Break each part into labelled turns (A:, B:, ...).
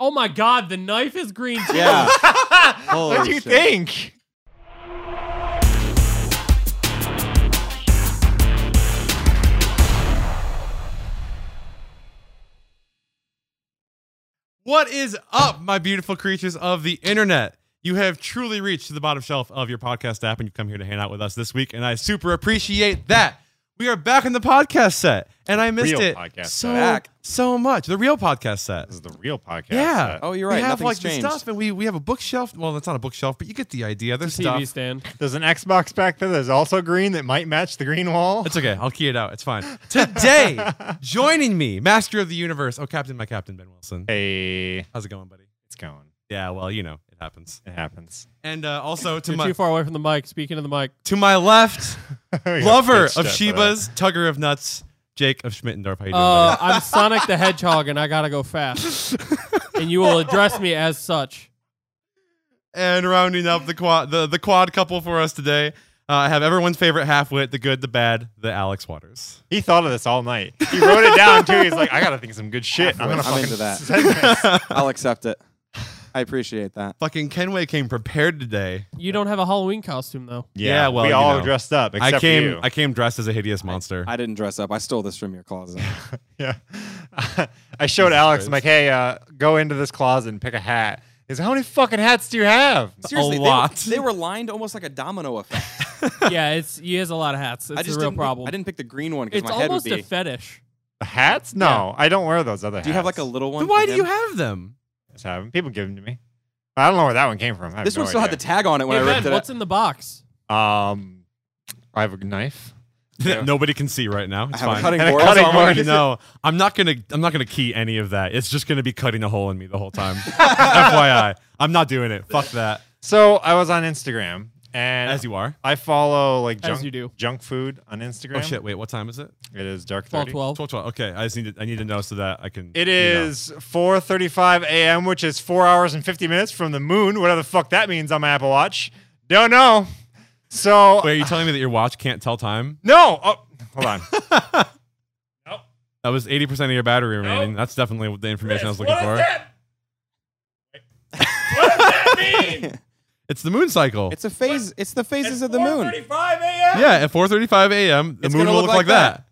A: Oh my god, the knife is green too.
B: Yeah. Holy
C: What do you
B: shit.
C: think?
B: What is up, my beautiful creatures of the internet? You have truly reached the bottom shelf of your podcast app, and you've come here to hang out with us this week, and I super appreciate that. We are back in the podcast set, and I missed
C: Real
B: it
C: podcast
B: so
C: set. Back.
B: so much. The real podcast set.
C: This is the real podcast.
B: Yeah.
C: Uh,
B: Oh,
D: you're
B: We
D: right.
B: have
D: Nothing's
B: like
D: changed.
B: the stuff, and we we have a bookshelf. Well, it's not a bookshelf, but you get the idea. There's stuff.
A: TV stand.
C: There's an Xbox back there that's also green that might match the green wall.
B: It's okay. I'll key it out. It's fine. Today, joining me, Master of the Universe. Oh, Captain, my Captain Ben Wilson.
C: Hey, it's
B: How's it going, buddy?
C: going.
B: Yeah, well, you know, it happens.
C: It happens.
B: And uh, also to
A: You're
B: my
A: too far away from the mic. Speaking of the mic,
B: to my left,
C: We got
B: lover
C: pitched
B: of
C: up for
B: Shebas, tugger of nuts, Jake of Schmittendorf. How you doing?
A: uh,
B: buddy?
A: I'm Sonic the Hedgehog, and I gotta go fast. and you will address me as such.
B: and rounding up the quad the, the quad couple for us today. Uh, I have everyone's favorite halfwit, the good, the bad, the Alex Waters.
C: that. He thought of this all night. He wrote it down too. He's like, I gotta think of some good shit. I'm gonna
D: I'm
C: fucking
D: into that.
C: send this.
D: I'll accept it. I appreciate that.
B: Fucking Kenway came prepared today.
A: You don't have a Halloween costume though.
B: Yeah, well,
C: we
B: you
C: all
B: know.
C: dressed up. Except
B: I came
C: For you.
B: I came dressed as a hideous monster.
D: I didn't dress up. I stole this from your closet.
C: yeah. I showed Alex. I'm like, hey, uh, go into this closet and pick a hat. He's like, how many fucking hats do you have?
D: Seriously, they-
B: lot.
D: They, were lined almost like a domino effect.
A: yeah, it's he has a lot of hats. It's
D: I just
A: a real
D: didn't,
A: problem.
D: I didn't pick the green one because
A: it's
D: my head would
A: almost
D: be.
A: a fetish.
C: The Hats? No, I don't wear those other hats.
D: do you have like a little one?
B: Then why
D: for
B: do
D: him?
B: you have them?
C: Just have them. People give them to me. I don't know where that one came from. I have
D: This
C: no
D: one still had the
C: idea.
D: tag on it when
A: Hey,
D: I
A: Ben,
D: ripped it.
A: what's
D: up.
A: in the box?
C: um, I have a knife.
B: that Nobody can see right now.
D: I
B: It's
D: have
B: fine.
D: a cutting
C: And a
D: board.
C: cutting
B: Also, I want you
C: board.
B: to know, I'm not gonna I'm not gonna key any of that. It's just gonna be cutting a hole in me the whole time. FYI, I'm not doing it. Fuck that.
C: So I was on Instagram and
B: As you are.
C: I follow like
A: As
C: junk,
A: you do.
C: junk food on Instagram.
B: Oh shit! Wait, what time is it?
C: It is dark
A: Fall
C: 30.
A: twelve.
B: Twelve twelve. Okay, I just need to, I need to know so that I can.
C: It
B: you know.
C: is 4:35 a.m., which is four hours and 50 minutes from the moon. Whatever the fuck that means on my Apple Watch, don't know. So
B: Wait, are you telling me that your watch can't tell time?
C: no. Oh, hold on.
B: That was eighty percent of your battery remaining. That's definitely the information I was looking for. It's the moon cycle.
D: It's a phase. It's the phases of the moon.
B: yeah, at four thirty-five a.m. The
D: It's
B: moon
D: gonna
B: will
D: look
B: look like
D: like that.
B: that,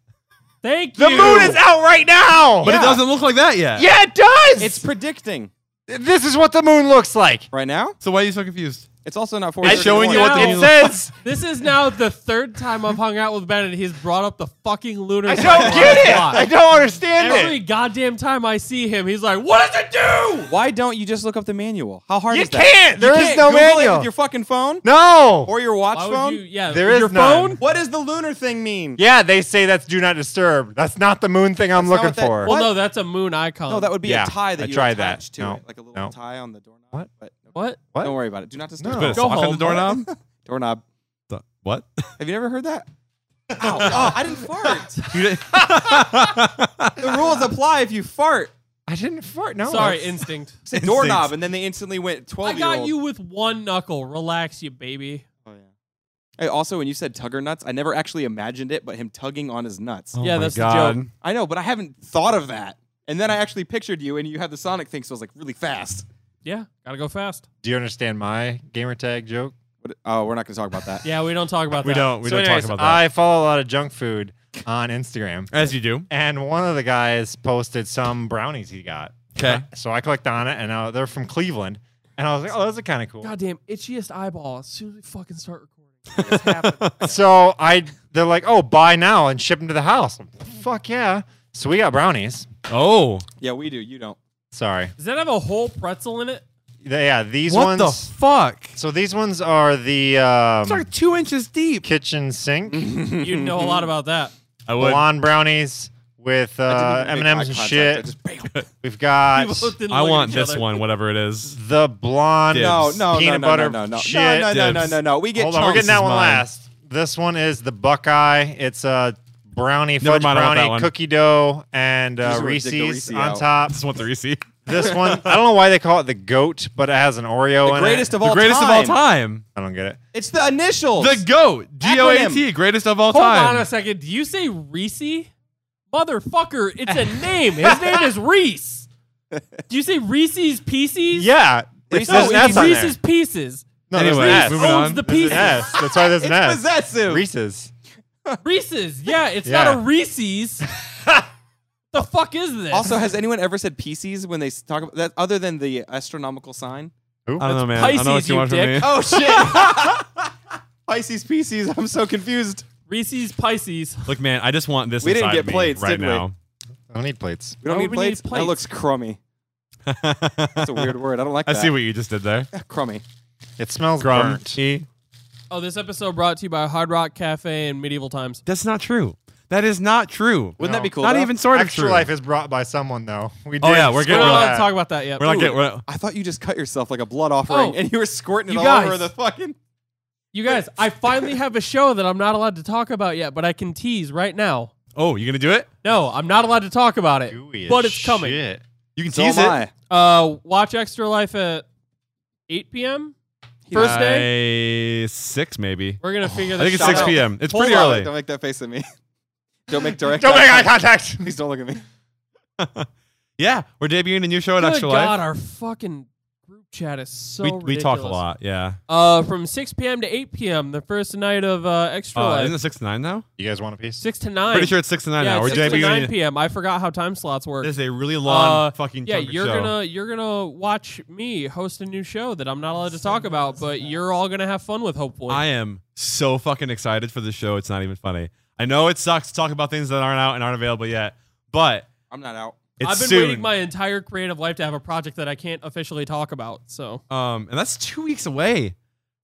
A: Thank
C: the
A: you.
C: moon is out right now.
B: but
C: yeah.
B: it doesn't look like that yet.
C: Yeah, it does.
D: It's predicting
C: this is what the moon looks like.
D: right now.
B: So why are you so confused?
D: It's also not for.
B: It's showing you what the
A: Now-
B: moon
C: It says
A: This is now the third time I've hung out with Ben and he's brought up the fucking lunar.
C: I don't get it. I don't understand
A: Every
C: it.
A: goddamn time I see him, he's like, "What does it do?"
D: Why don't you just look up the manual? How hard
C: You
D: is that?
C: can't. There
D: There is
C: is no manual.
D: with your fucking phone
C: No.
D: or your watch
A: Why would
D: phone.
A: you- yeah,
C: There
A: your
C: is none.
A: phone.
D: What does the lunar thing mean?
C: Yeah, they say that's do not disturb. That's not the moon thing I'm
D: That's not
C: looking
D: what that-
C: for.
A: Well,
D: What?
A: no, that's a moon icon.
D: No, that would be
C: Yeah,
D: a tie that
C: I
D: you
C: tried that.
D: attach to
C: No,
D: it, like a little
C: no.
D: tie on the doorknob.
C: What?
D: But
A: what?
C: What?
D: Don't worry about it. Do not disturb.
C: No.
B: Put a
A: Go
B: sock on
A: home.
B: the doorknob.
D: Doorknob.
B: The- what?
D: Have you never heard that? Ow. oh, I didn't fart.
B: You didn't-
D: The rules apply if you fart.
C: I didn't fart. No.
A: Sorry,
C: that's-
A: instinct.
D: It's a doorknob, and then they instantly went 12
A: I
D: year old.
A: got you with one knuckle. Relax, you baby.
D: Oh, yeah. Hey, also, when you said tugger nuts, I never actually imagined it, but him tugging on his nuts.
C: Oh.
A: Yeah,
B: my
A: that's the
B: God.
A: joke.
D: I know, but I haven't thought of that. And then I actually pictured you, and you had the Sonic thing, so I was like, really fast.
A: Yeah, gotta go fast.
C: Do you understand my gamer tag joke?
D: But, oh, we're not going to talk about that.
A: Yeah, we don't talk about
B: We
A: that.
B: don't. We
C: So
B: don't
C: anyways,
B: talk about that.
C: I follow a lot of junk food on Instagram.
B: As you do.
C: And one of the guys posted some brownies he got.
B: 'Kay.
C: So I clicked on it, and uh, they're from Cleveland. And I was like, oh, those are kind of cool.
A: Goddamn itchiest eyeball. As soon as we fucking start recording, it's happened.
C: So I, they're like, oh, buy now and ship them to the house. I'm like, Fuck yeah. So we got brownies.
B: Oh,
D: Yeah, we do. You don't.
C: Sorry.
A: Does that have a whole pretzel in it?
C: They- Yeah, these
B: what
C: ones.
B: the fuck?
C: so these ones are the um,
B: It's like two inches deep.
C: kitchen sink.
D: Mm-hmm.
A: You know a lot about that.
B: I would.
C: blonde brownies with uh,
D: I didn't
C: M
D: even
C: and
D: make
C: M's
D: eye
C: and
D: contact. I
C: shit.
D: just- bam.
C: We've got
A: We both didn't
B: I
A: look at
B: want
A: each
B: this
A: other.
B: one, whatever it is.
C: the blonde.
B: Dibs.
D: No, no,
C: peanut
D: no, no,
C: butter
D: no, no, no,
C: shit.
D: no, no, no,
B: Dibs.
D: no, no. We get
C: Hold on, we're getting
D: chunks.
C: that
B: is
C: one
B: mine.
C: last. This one is the Buckeye. It's a brownie
B: Never
C: fudge
B: mind, I want that
C: brownie
B: one.
C: cookie dough and uh,
D: Just wanna dig the
C: Reese's
D: Reese
C: on
D: out.
C: top.
B: I just want the Reese.
C: This one, I don't know why they call it the goat, but it has an Oreo
D: The
C: in
D: greatest
C: it.
D: of all
B: the greatest
D: time.
B: of all time.
C: I don't get it.
D: It's the initials.
B: The GOAT. G O A T.
D: Acronym.
B: Greatest of all
A: Hold
B: time.
A: on a second. Do you say Reese? Motherfucker, it's a name. His name is Reese. Do you say Reese's Pieces?
C: Yeah. It's,
D: Reese's-
C: there's an S on there.
A: Reese's Pieces.
C: No,
B: Anyway,
C: there's an
B: moving
C: S.
B: on.
A: Owns the
C: There's
A: pieces.
C: an S. That's why there's an
D: It's
C: S.
D: possessive.
C: Reese's.
A: Reese's. Yeah, it's
C: Yeah.
A: not a Reese's. the fuck is this?
D: also, has anyone ever said Pisces when they s- talk about that other than the astronomical sign?
B: I don't know, man. I don't know what
A: Pisces,
B: you
A: you
B: want from me.
A: dick.
D: Oh shit! Pisces, Pisces. I'm so confused.
A: Reese's Pisces.
B: Look, man, I just want this
D: We didn't
B: inside
D: get
B: of me
D: plates,
B: right
D: did we?
B: now.
C: I don't need plates.
D: We don't
A: Oh,
D: need,
A: we need
D: plates?
A: plates.
D: That looks crummy. That's a weird word. I don't like
B: I
D: that.
B: see what you just did there.
D: crummy.
C: It smells
B: Grum.
C: burnt.
B: E.
A: Oh, this episode brought to you by Hard Rock Cafe and Medieval Times.
B: That's not true. That is not true.
D: Wouldn't
C: No.
D: that be cool?
B: not
D: though?
B: even sort of
C: Extra
B: true.
C: life is brought by someone though. We
B: Oh,
C: did
B: yeah, we're
A: We're
B: getting
C: score
A: not allowed
C: that.
A: to talk about that yet.
B: We're not
A: Ooh,
B: getting. We're,
D: I thought you just cut yourself like a blood offering,
A: Oh.
D: and you were squirting it
A: You
D: all
A: guys.
D: over the fucking.
A: you guys, I finally have a show that I'm not allowed to talk about yet, but I can tease right now.
B: oh, you gonna do it?
A: No, I'm not allowed to talk about it,
C: Gooey as
A: but it's coming.
C: shit.
B: You can
D: So
B: tease
D: am
B: it.
D: I.
A: Uh, watch Extra Life at 8 p.m. First day.
B: day, six maybe.
A: We're gonna figure
B: I
A: this
B: think it's
A: out.
D: Shout
B: six
D: out.
B: p.m. It's
D: Hold
B: pretty
D: on,
B: early.
D: Don't make that face at me. don't make direct.
C: Don't
D: eye
C: make eye
D: contact.
C: contact.
D: Please don't look at me.
B: Yeah, we're debuting a new show at
A: Good
B: Extra
A: God,
B: Life.
A: our fucking group chat is so
B: We, we
A: ridiculous.
B: talk a lot. Yeah.
A: Uh, from 6 p.m. to 8 p.m. the first night of uh, Extra
B: Uh,
A: Life.
B: isn't it six to nine now?
C: You guys want a piece?
A: six to nine.
B: Pretty sure it's six to nine
A: yeah,
B: now.
A: it's
B: We're
A: six to
B: debuting.
A: nine p.m. I forgot how time slots work.
B: This is a really long
A: Uh,
B: fucking
A: yeah,
B: chunk of
A: you're
B: show.
A: gonna you're gonna watch me host a new show that I'm not allowed to talk about, but you're all gonna have fun with. Hopefully,
B: I am so fucking excited for the show. It's not even funny. I know it sucks to talk about things that aren't out and aren't available yet, but
D: I'm not out.
B: it's
A: have been
B: soon.
A: waiting my entire creative life to have a project that I can't officially talk about. So
B: um, and that's two weeks away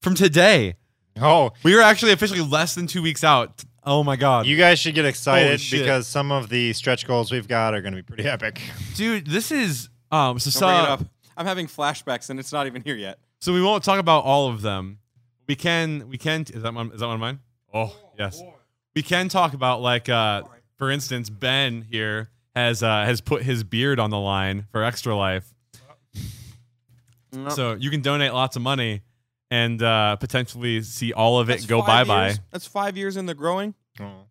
B: from today.
C: Oh,
B: We are actually officially less than two weeks out. Oh my god,
C: you guys should get excited
B: shit.
C: because some of the stretch goals we've got are going to be pretty epic.
B: dude, this is um. So
D: Don't
B: so,
D: bring it up. I'm having flashbacks, and it's not even here yet.
B: so we won't talk about all of them. We can we can is that one is that one of mine? Oh yes, we can talk about like uh for instance Ben here has uh has put his beard on the line for extra life.
D: Nope.
B: So you can donate lots of money and uh, potentially see all of it
D: That's
B: go bye
D: five
B: bye.
D: years- That's five years in the growing.
C: Oh,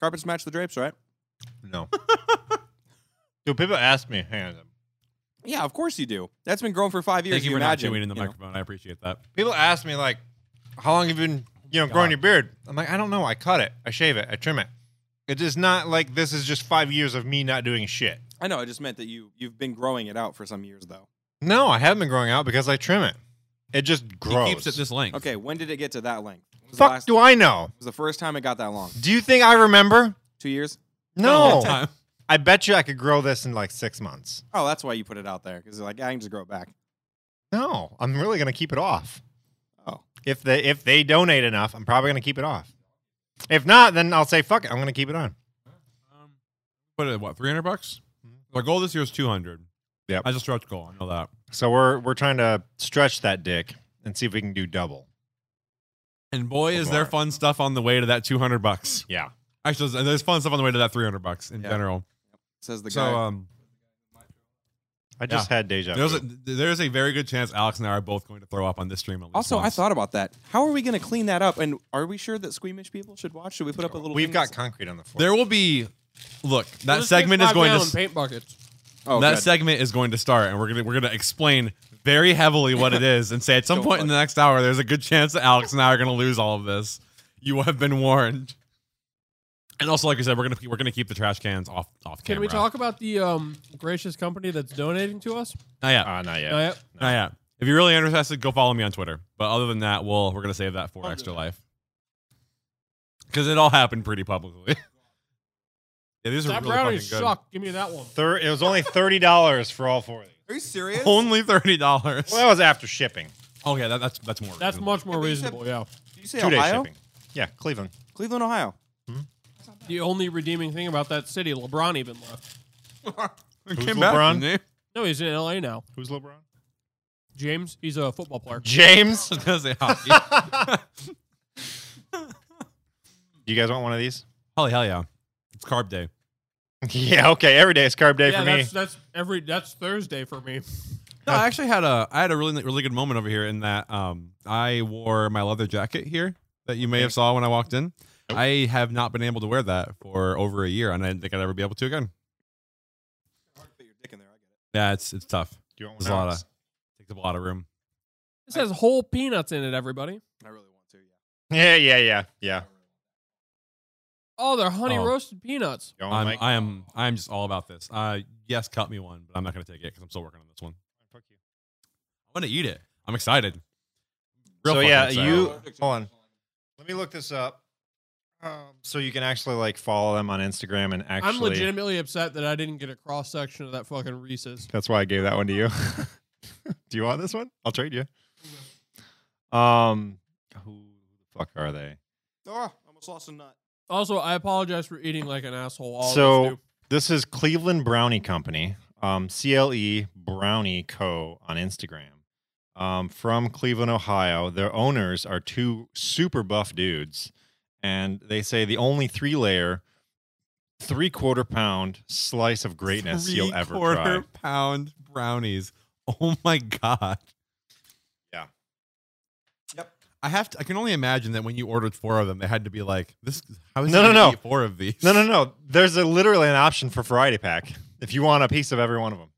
D: Carpets match the drapes, right?
C: no. Do people ask me? Hang on.
D: Yeah, of course you do. That's been growing for five years.
B: Thank you for
D: imagine,
B: not chewing in the
D: you know.
B: microphone. I appreciate that.
C: People ask me like, how long have you been, you know, growing your beard? I'm like, I don't know. I cut it. I shave it. I trim it. It is not like this is just five years of me not doing shit.
D: I know. I just meant that you you've been growing it out for some years though.
C: No, I haven't been growing out because I trim it. It just grows.
B: He keeps it this length.
D: Okay, when did it get to that length? When was the
C: Fuck
D: last-
C: do I know?
D: was the first time it got that long.
C: Do you think I remember?
D: Two years.
B: All the
C: No.
B: time.
C: I bet you I could grow this in like six months.
D: Oh, that's why you put it out there because like I can just grow it back.
C: No, I'm really gonna keep it off.
D: Oh,
C: If they if they donate enough, I'm probably gonna keep it off. If not, then I'll say fuck it. I'm gonna keep it on.
B: Put it at what, 300 bucks? Our goal this year is 200.
C: Yep.
B: That's a stretch goal. I know that.
C: So we're we're trying to stretch that dick and see if we can do double.
B: And boy, is
C: Lamar.
B: there fun stuff on the way to that 200 bucks.
C: Yeah.
B: Actually, there's- there's fun stuff on the way to that 300 bucks in
D: Yeah.
B: general.
D: says the
B: So,
D: guy.
B: um,
C: I just had deja
B: there's a,
C: vu.
B: there's a very good chance Alex and I are both going to throw up on this stream. At least
D: also, I
B: once.
D: thought about that. How are we going to clean that up? And are we sure that squeamish people should watch? Should we put up a little?
C: We've
D: thing
C: got
D: that
C: concrete on the floor.
B: there will be. Look, that
A: We'll just
B: segment
A: get
B: is
A: five
B: going
A: gallon
B: to.
A: paint buckets.
D: says- oh,
B: that
D: good.
B: segment is going to start, and we're gonna we're gonna explain very heavily what it is, and say at some
D: Don't
B: point in the next hour, there's a good chance that Alex and I are gonna lose all of this. You have been warned. And also, like I said, we're gonna we're gonna keep the trash cans off off
A: Can
B: camera.
A: we talk about the um, gracious company that's donating to us?
B: Not yet.
C: Ah, not yet.
A: Not yet?
B: Not yet. If you're really interested, go follow me on Twitter. But other than that, we'll we're gonna save that for extra life because it all happened pretty publicly. yeah, these
A: That
B: are really
A: brownie
B: fucking good.
A: sucked. Give me that one.
C: Thir- it was only thirty dollars for all four of these.
D: Are you serious?
B: Only thirty dollars.
C: Well, that was after shipping.
B: Oh yeah, that, that's that's more.
A: That's
B: reasonable.
A: much more
D: Yeah, but you said-
A: reasonable. Yeah.
D: Did you say
C: Two day
D: Ohio?
C: shipping. Yeah, Cleveland.
D: Cleveland, Ohio.
A: The only redeeming thing about that city, LeBron even left.
B: It
C: Who's
B: came back,
C: LeBron?
B: didn't it?
A: No, he's in LA now.
C: Who's LeBron?
A: James, he's a football player.
C: James.
B: I was gonna say hockey.
C: Do you guys want one of these?
B: Holy hell yeah. It's carb day.
C: yeah, okay. Every day is carb day
A: yeah,
C: for me.
A: that's that's every that's Thursday for me.
B: No, I actually had a I had a really really good moment over here in that um I wore my leather jacket here that you may have saw when I walked in. I have not been able to wear that for over a year and I didn't think I'd ever be able to again.
D: Put your dick in there. I get it.
B: Yeah, it's it's tough.
C: Do you want
B: There's a lot of takes up a lot of room.
A: This has whole peanuts in it, everybody.
D: I really want to.
C: Yeah,
D: Yeah.
C: yeah, yeah, yeah.
A: Oh, they're honey
B: Oh.
A: roasted peanuts.
C: Go on,
B: I'm
C: Mike.
B: I am I am just all about this. Uh, yes, cut me one, but I'm not gonna take it because I'm still working on this one.
C: Fuck you.
B: I'm gonna eat it. I'm excited.
C: So,
B: fucking
C: yeah,
B: excited.
C: you- hold on. Let me look this up. Um, so you can actually like follow them on Instagram and actually.
A: I'm legitimately upset that I didn't get a cross section of that fucking Reese's.
C: That's why I gave that one to you. Do you want this one? I'll trade you. Um, who the fuck are they?
D: Oh, almost lost a nut.
A: Also, I apologize for eating like an asshole. All of us
C: So-
A: do.
C: This is Cleveland Brownie Company, um, CLE Brownie Co. on Instagram. Um, from Cleveland, Ohio. Their owners are two super buff dudes, and they say the only three layer, three quarter pound slice of greatness you'll ever
B: Three-quarter
C: try.
B: pound brownies. Oh my god.
C: Yeah.
D: Yep.
B: I have to. I can only imagine that when you ordered four of them, they had to be like, "This how is
C: No,
B: he
C: no,
B: gonna
C: no.
B: eat four of these?"
C: No, no, no. There's a, literally an option for variety pack if you want a piece of every one of them.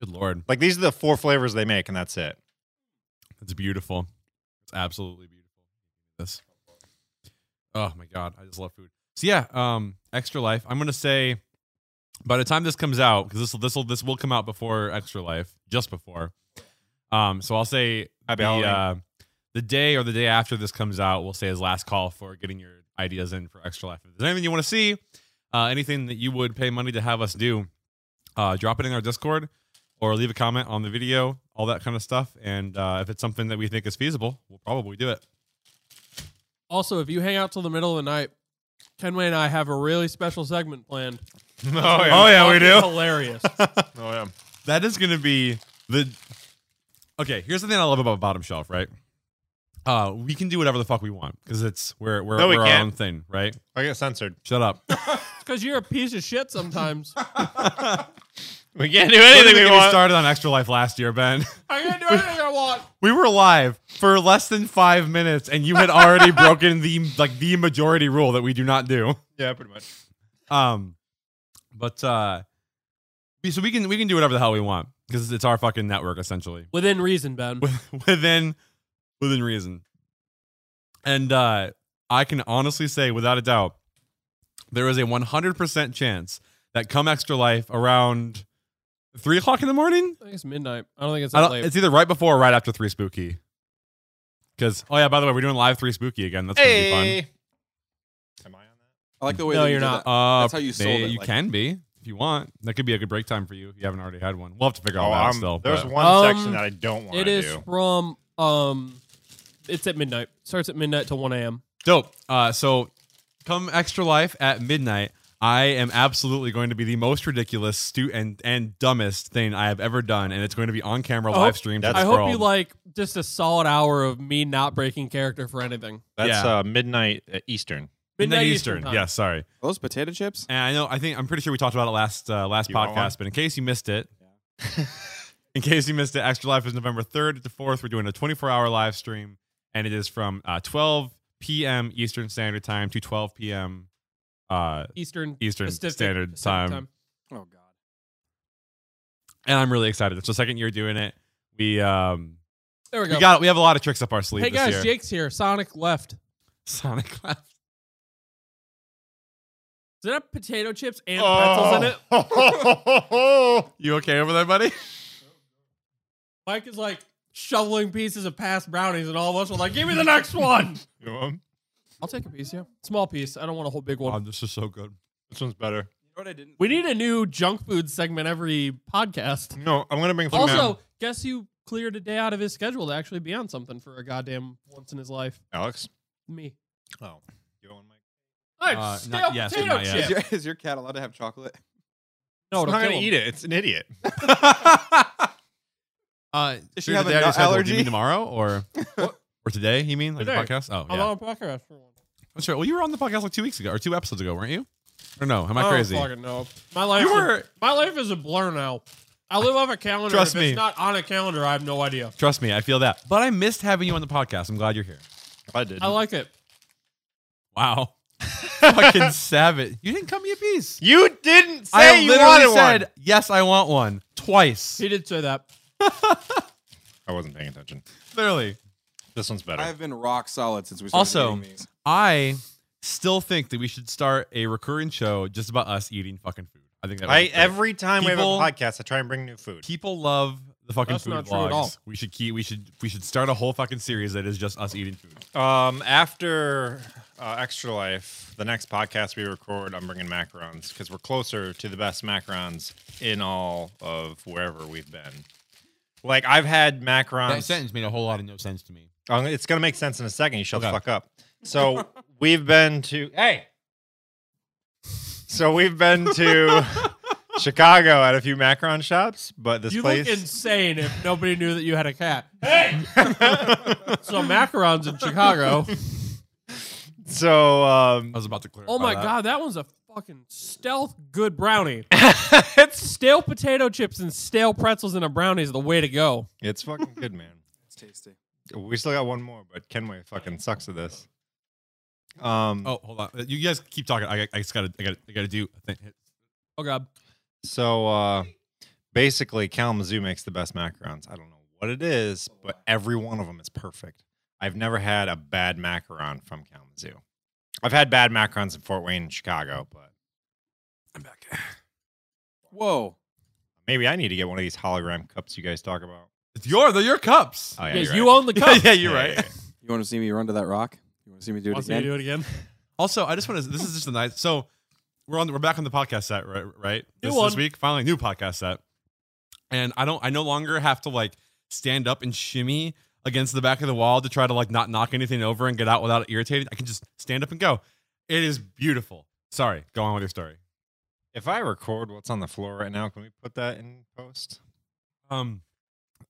B: Good lord,
C: Like these are the four flavors they make, and that's it.
B: it's beautiful. It's absolutely beautiful. This. Oh my god, I just love food. So yeah, um, extra life. I'm gonna say, by the time this comes out, because this will this will this will come out before extra life, just before. Um, so I'll say
C: Happy
B: the,
C: Halloween.
B: uh, the day or the day after this comes out, we'll say his last call for getting your ideas in for Extra Life. If there's anything you want to see, uh, anything that you would pay money to have us do, uh, drop it in our Discord or leave a comment on the video, all that kind of stuff. And uh, if it's something that we think is feasible, we'll probably do it.
A: Also, if you hang out till the middle of the night, Kenway and I have a really special segment planned.
C: Oh
B: Oh, yeah, we do.
A: Hilarious.
C: Oh yeah.
B: That is going to be the. Okay, here's the thing I love about Bottom Shelf, right? Uh, we can do whatever the fuck we want because it's we're we're,
C: No, we
B: we're our
C: can't.
B: own thing, right?
C: I get censored.
B: Shut up.
A: Because you're a piece of shit sometimes.
C: We can't do
B: Don't
C: anything
B: even
C: we
B: get me
C: want.
B: started on Extra Life last year, Ben.
A: I can do anything I want.
B: We were live for less than five minutes, and you had already broken the like the majority rule that we do not do.
C: Yeah, pretty much.
B: Um, but uh, we, so we can we can do whatever the hell we want because it's our fucking network essentially
A: Within reason, Ben.
B: With- within within reason. And uh, I can honestly say, without a doubt, there is a one hundred percent chance that come extra life around three o'clock in the morning
A: I think it's midnight. I don't think it's
B: I
A: that
B: don't,
A: late.
B: it's either right before or right after three spooky. Because oh yeah, by the way, we're doing live three spooky again. That's gonna be
C: Hey. Am I on that?
D: I like the way.
A: No,
D: that you
A: you're
D: did
A: not.
B: fun. Uh,
D: That's how you sold it,
B: You
D: like-
B: can be if you want. That could be a good break time for you if you haven't already had one. We'll have to figure out
C: Oh,
B: that
C: I'm-
B: still.
C: there's
B: but-
C: one
A: Um,
C: section that I don't want
A: It
C: to
A: is
C: do.
A: from um, it's at midnight. Starts at midnight till one a.m.
B: Dope. Uh, so come extra life at midnight. I am absolutely going to be the most ridiculous, stu- and and dumbest thing I have ever done, and it's going to be on camera
A: I
B: live
A: hope-
B: streamed. to
C: That's
B: the
A: I hope you
B: world.
A: like just a solid hour of me not breaking character for anything.
C: That's
B: yeah.
C: uh, midnight uh, Eastern.
B: midnight,
A: Midnight
B: Eastern.
A: time.
B: Yes, sorry.
D: Are those potato chips.
B: And I know, I think I'm pretty sure we talked about it last uh, last
C: You want one?
B: podcast, but in case you missed it, in case you missed it, Extra Life is November 3rd to 4th. We're doing a 24 hour live stream, and it is from uh, 12 p.m. Eastern Standard Time to 12 p.m. Uh,
A: Eastern
B: Eastern
A: Pacific,
B: Standard
A: Pacific
B: time.
D: Oh God.
B: And I'm really excited. It's the second year doing it. We um
A: There we go.
B: we got we have a lot of tricks up our sleeve
A: hey
B: this
A: guys,
B: year.
A: Jake's here. Sonic left.
B: Sonic left.
A: Does it have potato chips and pretzels in it?
C: Oh.
B: You okay over there, buddy?
A: Mike is like shoveling pieces of past brownies, and all of us were like, "Give me the next one."
C: You want 'em?
A: I'll take a piece, yeah, small piece. I don't want a whole big one.
B: Oh, this is so good.
C: This one's better.
D: You know what I didn't.
A: we need a new junk food segment every podcast.
C: No, I'm gonna bring. some down.
A: Also, guess who cleared a day out of his schedule to actually be on something for a goddamn once in his life?
C: Alex.
A: Me.
C: Oh, you want Mike?
A: I'm
B: Uh,
A: stale
B: not yet,
A: potato
B: not yet.
A: chips.
D: Is your, is your cat allowed to have chocolate?
A: No,
C: I'm
A: it'll
C: not
A: kill
C: gonna
A: him.
C: eat it. It's an idiot.
B: Uh,
D: Does she
B: dude,
D: have
B: the
D: a
B: day I
D: nut
B: just had, what, do you
D: allergy?
B: mean tomorrow or or today? You mean like
A: Today.
B: the podcast? Oh,
A: I'm
B: yeah.
A: on a podcast for one.
B: That's right. Well, you were on the podcast like two weeks ago or two episodes ago, weren't you? Or Oh, no? Am I
A: I don't
B: crazy?
A: fucking know. My life.
B: You were-
A: my life is a blur now. I live off a calendar.
B: Trust
A: if
B: me.
A: It's not on a calendar. I have no idea.
B: Trust me, I feel that. But I missed having you on the podcast. I'm glad you're here.
C: I did.
A: I like it.
B: Wow. fucking savage. You didn't cut me a piece.
C: You didn't say
B: I
C: you
B: literally
C: wanted
B: said,
C: one.
B: yes, I want one. Twice.
A: He did say that.
C: I wasn't paying attention.
B: Literally.
C: This one's better.
D: I have been rock solid since we started
B: Also,
D: eating these.
B: I still think that we should start a recurring show just about us eating fucking food. I think that would
C: I
B: be great.
C: every time
B: People-
C: we have a podcast, I try and bring new food.
B: people love the fucking
A: That's
B: food
A: not
B: vlogs.
A: true at all.
B: We should keep. We should. We should start a whole fucking series that is just us eating food.
C: Um, after uh, Extra Life, the next podcast we record, I'm bringing macarons because we're closer to the best macarons in all of wherever we've been. Like I've had macarons.
B: that sentence made a whole lot of no sense to me.
C: Um, it's gonna make sense in a second. You shut the
B: Okay.
C: fuck up. So we've been to hey. So we've been to Chicago at a few macaron shops, but this
A: you
C: place
A: look insane if nobody knew that you had a cat. Hey! so macarons in Chicago.
C: so um,
B: I was about to clarify.
A: Oh my
B: that.
A: god, that one's a fucking stealth good brownie.
C: it's
A: Stale potato chips and stale pretzels in a brownie is the way to go.
C: it's fucking good, man.
D: It's tasty.
C: We still got one more, but Kenway fucking sucks at this. Um.
B: Oh, hold on. You guys keep talking. I, I just gotta. I gotta. I gotta do. a thing.
A: Oh god.
C: So uh, basically, Kalamazoo makes the best macarons. I don't know what it is, but every one of them is perfect. I've never had a bad macaron from Kalamazoo. I've had bad macarons in Fort Wayne and Chicago, but
B: I'm back.
D: Whoa.
C: maybe I need to get one of these hologram cups you guys talk about.
B: It's your. They're your cups.
C: Oh, yeah,
A: Because
C: you're
A: you
C: right.
A: own the cup.
B: yeah, you're
C: Yeah,
B: right.
C: yeah, yeah.
D: You want to see me run to that rock? You want to see me do it
A: I'll see you
D: again?
A: do it again.
B: Also, I just want to. This is just a nice. So we're on. We're back on the podcast set, right? Right.
A: New
B: this, this
A: one.
B: week, finally, new podcast set. And I don't. I no longer have to like stand up and shimmy against the back of the wall to try to like not knock anything over and get out without it irritated. I can just stand up and go. It is beautiful. Sorry, go on with your story.
C: If I record what's on the floor right now, can we put that in post?
B: Um,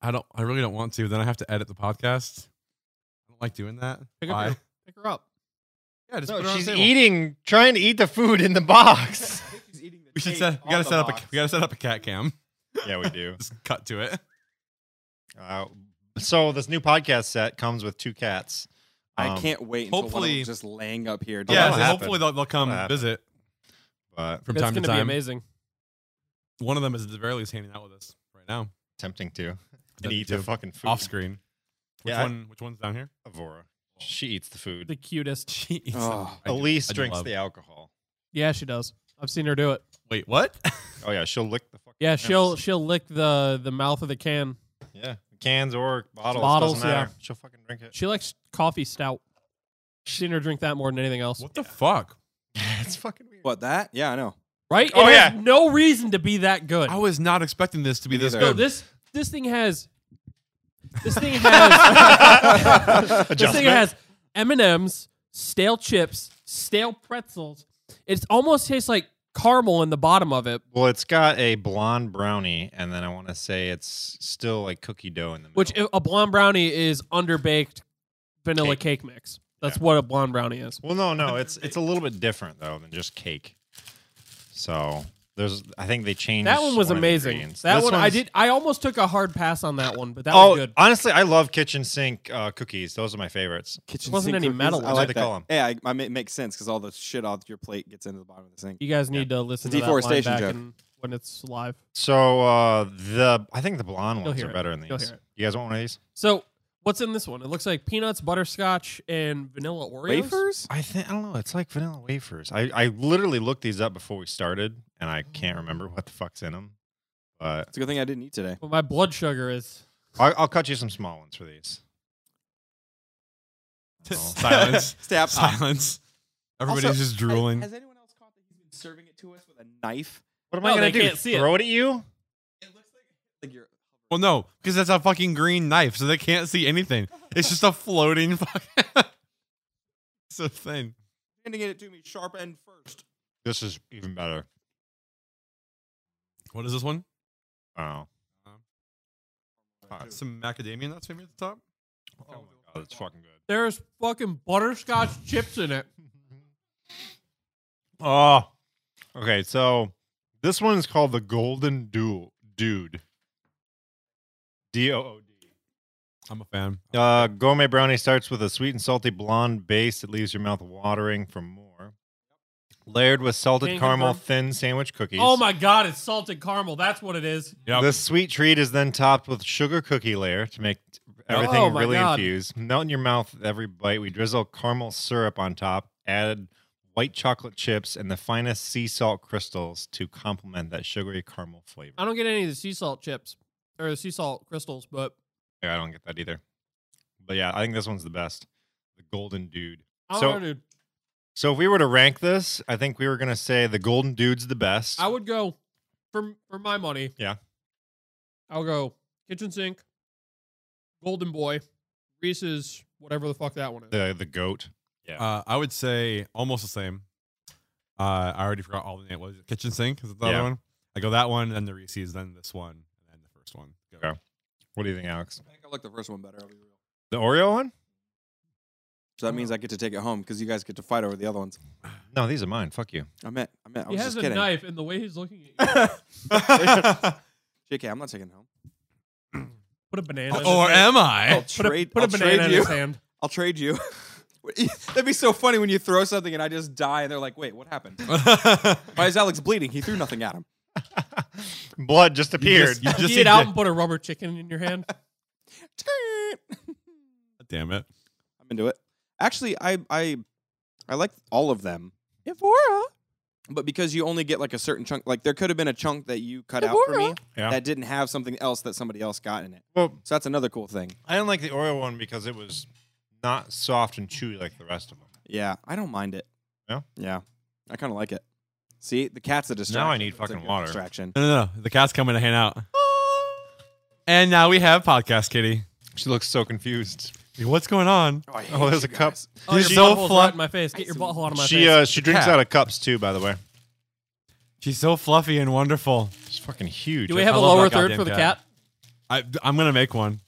B: I don't. I really don't want to. Then I have to edit the podcast. I don't like doing that.
A: Pick up
B: Why?
A: your- Pick her up.
B: Yeah, just
C: No,
B: put it on
C: she's
B: the table.
C: eating, trying to eat the food in the box.
B: We should set. We gotta set up a. We gotta set up a cat cam.
C: yeah, we do.
B: Just cut to it.
C: Uh, so this new podcast set comes with two cats.
D: I
C: Um,
D: can't wait until hopefully,
B: hopefully-
D: just laying up here.
B: Yeah,
C: Yeah, that'll
B: so
C: happen.
B: hopefully they'll, they'll come
C: That'll happen.
B: visit
C: but
B: from
A: it's
B: time to
A: gonna be
B: time.
A: amazing.
B: One of them is at the very least hanging out with us right now,
C: tempting to
B: Tempting
C: and eat
B: to.
C: the fucking food.
B: off screen. Which
C: Yeah, I-
B: one? Which one's down here?
C: Avora. She eats the food.
A: The cutest.
B: Jeez.
D: Oh.
B: I do-
C: Elise
B: I do
C: drinks
B: love-
C: the alcohol.
A: Yeah, she does. I've seen her do it.
B: Wait, what?
C: Oh yeah, she'll lick the fucking.
A: Yeah, she'll
C: cans.
A: she'll lick the the mouth of the can.
C: Yeah, cans or bottles.
A: Bottles,
C: doesn't matter. She'll fucking drink it.
A: She likes coffee stout. Seen her drink that more than anything else.
B: what the fuck?
C: it's fucking weird.
D: What that? Yeah, I know.
A: Right?
C: Oh,
A: it has
C: yeah.
A: no reason to be that good.
B: I was not expecting this to be
D: Me
B: this
D: neither.
A: No,
B: good.
A: this this thing has this thing has this thing
C: Adjustment.
A: has M and M's, stale chips, stale pretzels. It almost tastes like caramel in the bottom of it,
C: well, it's got a blonde brownie, and then I want to say it's still like cookie dough in the middle.
A: which a blonde brownie is underbaked vanilla cake, mix. That's what a blonde brownie is.
C: well, no, no, it's it's a little bit different though than just cake. So there's, I think they changed.
A: That one was
C: of the
A: amazing.
C: ingredients.
A: That
C: This
A: one I
C: one's-
A: did. I almost took a hard pass on that one, but that
C: oh,
A: was good.
C: honestly, I love kitchen sink uh, cookies. Those are my favorites.
D: Kitchen
A: Wasn't
D: sink
A: any
D: cookies.
A: metal
D: I
A: ones.
D: like
C: They
D: that.
C: call 'em.
D: Yeah, I, I, it makes sense because all the shit off your plate gets into the bottom of the sink.
A: You guys need to listen
D: It's a
A: to
D: deforestation
A: that line
D: joke.
A: back and when it's live.
C: So uh, the I think the blonde
A: You'll
C: ones
A: hear
C: are
A: it.
C: better than
A: You'll
C: these.
A: hear it.
C: You guys want one of these?
A: So what's in this one? It looks like peanuts, butterscotch, and vanilla Oreos.
D: Wafers?
C: I think I don't know. It's like vanilla wafers. I, I literally looked these up before we started, and I
A: Mm.
C: can't remember what the fuck's in them. But
D: It's a good thing I didn't eat today.
A: But my blood sugar is.
C: I, I'll cut you some small ones for these. Oh.
B: Silence.
D: Stop.
B: Silence. Everybody's
D: Also,
B: just drooling.
D: Has anyone else caught that he's been serving it to us with a knife?
C: What am
A: No,
C: I gonna
A: they
C: do?
A: can't see it.
C: Throw it. at you?
D: It looks like, like you're.
B: well, no, because that's a fucking green knife, so they can't see anything. It's just a floating fucking. it's a thing.
D: handing it to me sharp end first.
C: This is even better.
B: What is this one?
C: Oh,
B: Some macadamia nuts maybe at the top.
C: oh my god, it's fucking good.
A: There's fucking butterscotch chips in it.
C: Oh, okay. So this one is called the Golden Dude. Dude. D O O D.
B: I'm a fan.
A: Oh,
C: Uh, gourmet brownie starts with a sweet and salty blonde base that leaves your mouth watering for more. Layered with salted
A: Can you
C: caramel
A: confirm?
C: thin sandwich cookies.
A: Oh my god, it's salted caramel. That's what it is.
B: Yep.
C: The sweet treat is then topped with sugar cookie layer to make t- everything
A: Oh my
C: really
A: God.
C: infused. Melt in your mouth with every bite. We drizzle caramel syrup on top, add white chocolate chips and the finest sea salt crystals to complement that sugary caramel flavor.
A: I don't get any of the sea salt chips or the sea salt crystals, but
C: Yeah, I don't get that either. But yeah, I think this one's the best. The Golden Dude.
A: I don't
C: So-
A: know, dude.
C: So if we were to rank this, I think we were going to say the Golden Dude's the best.
A: I would go for for my money.
C: Yeah.
A: I'll go kitchen sink, Golden Boy, Reese's, whatever the fuck that one is.
C: the the goat.
B: Uh, I would say almost the same. Uh, I already forgot all the name. What is it? Kitchen sink is the
C: Yeah.
B: other one. I go that one, then the Reese's, then this one, and then the first one. Go.
C: Okay. What do you think, Alex?
D: I think I like the first one better. I'll be real.
C: The Oreo one?
D: So that means I get to take it home because you guys get to fight over the other ones.
C: No, these are mine. Fuck you.
D: I meant, I meant, I
A: he
D: was
A: has
D: just
A: a
D: kidding.
A: knife, and the way he's looking at you,
D: JK, I'm not taking it home.
A: put a banana. in
B: Oh, or
A: his hand.
B: am
D: I'll
C: Oh.
B: I?
A: put a,
D: trade.
A: put a
D: I'll
A: banana in
D: trade you.
A: his hand.
D: I'll trade you. That'd be so funny when you throw something and I just die and they're like, wait, what happened? Why is Alex bleeding? He threw nothing at him.
C: Blood just
B: You
C: appeared.
B: just, you just
A: Just it out
B: eject-
A: and put a rubber chicken in your hand.
B: Damn it.
D: I'm into it. Actually, I I I like all of them. Evora. But because you only get like a certain chunk, like there could have been a chunk that you cut out for me
C: Yeah.
D: that didn't have something else that somebody else got in it.
C: Well,
D: So that's another cool thing.
C: I didn't like the Oreo one because it was not soft and chewy like the rest of them.
D: Yeah, I don't mind it.
C: Yeah?
D: Yeah, I kind of like it. See, the cat's a distraction.
C: Now I need
D: It's a
C: fucking
D: good
C: water.
D: Distraction.
B: No, no, no. The cat's coming to hang out. And now we have podcast kitty.
C: She looks so confused.
B: What's going on?
D: Oh, I hate
C: Oh, there's
D: you
C: a cup.
D: guys.
A: Oh, your
B: She's so
A: butthole's
B: fluff-
A: right in my face. Get your butthole out of my
C: She
A: face.
C: uh, she drinks
B: Cat.
C: out of cups too, by the way.
B: She's so fluffy and wonderful.
C: She's fucking huge.
A: Do we have
B: I
A: a
B: love
A: lower
B: that
A: third
B: goddamn
A: for the
B: cat.
A: cat?
B: I, I'm gonna make one.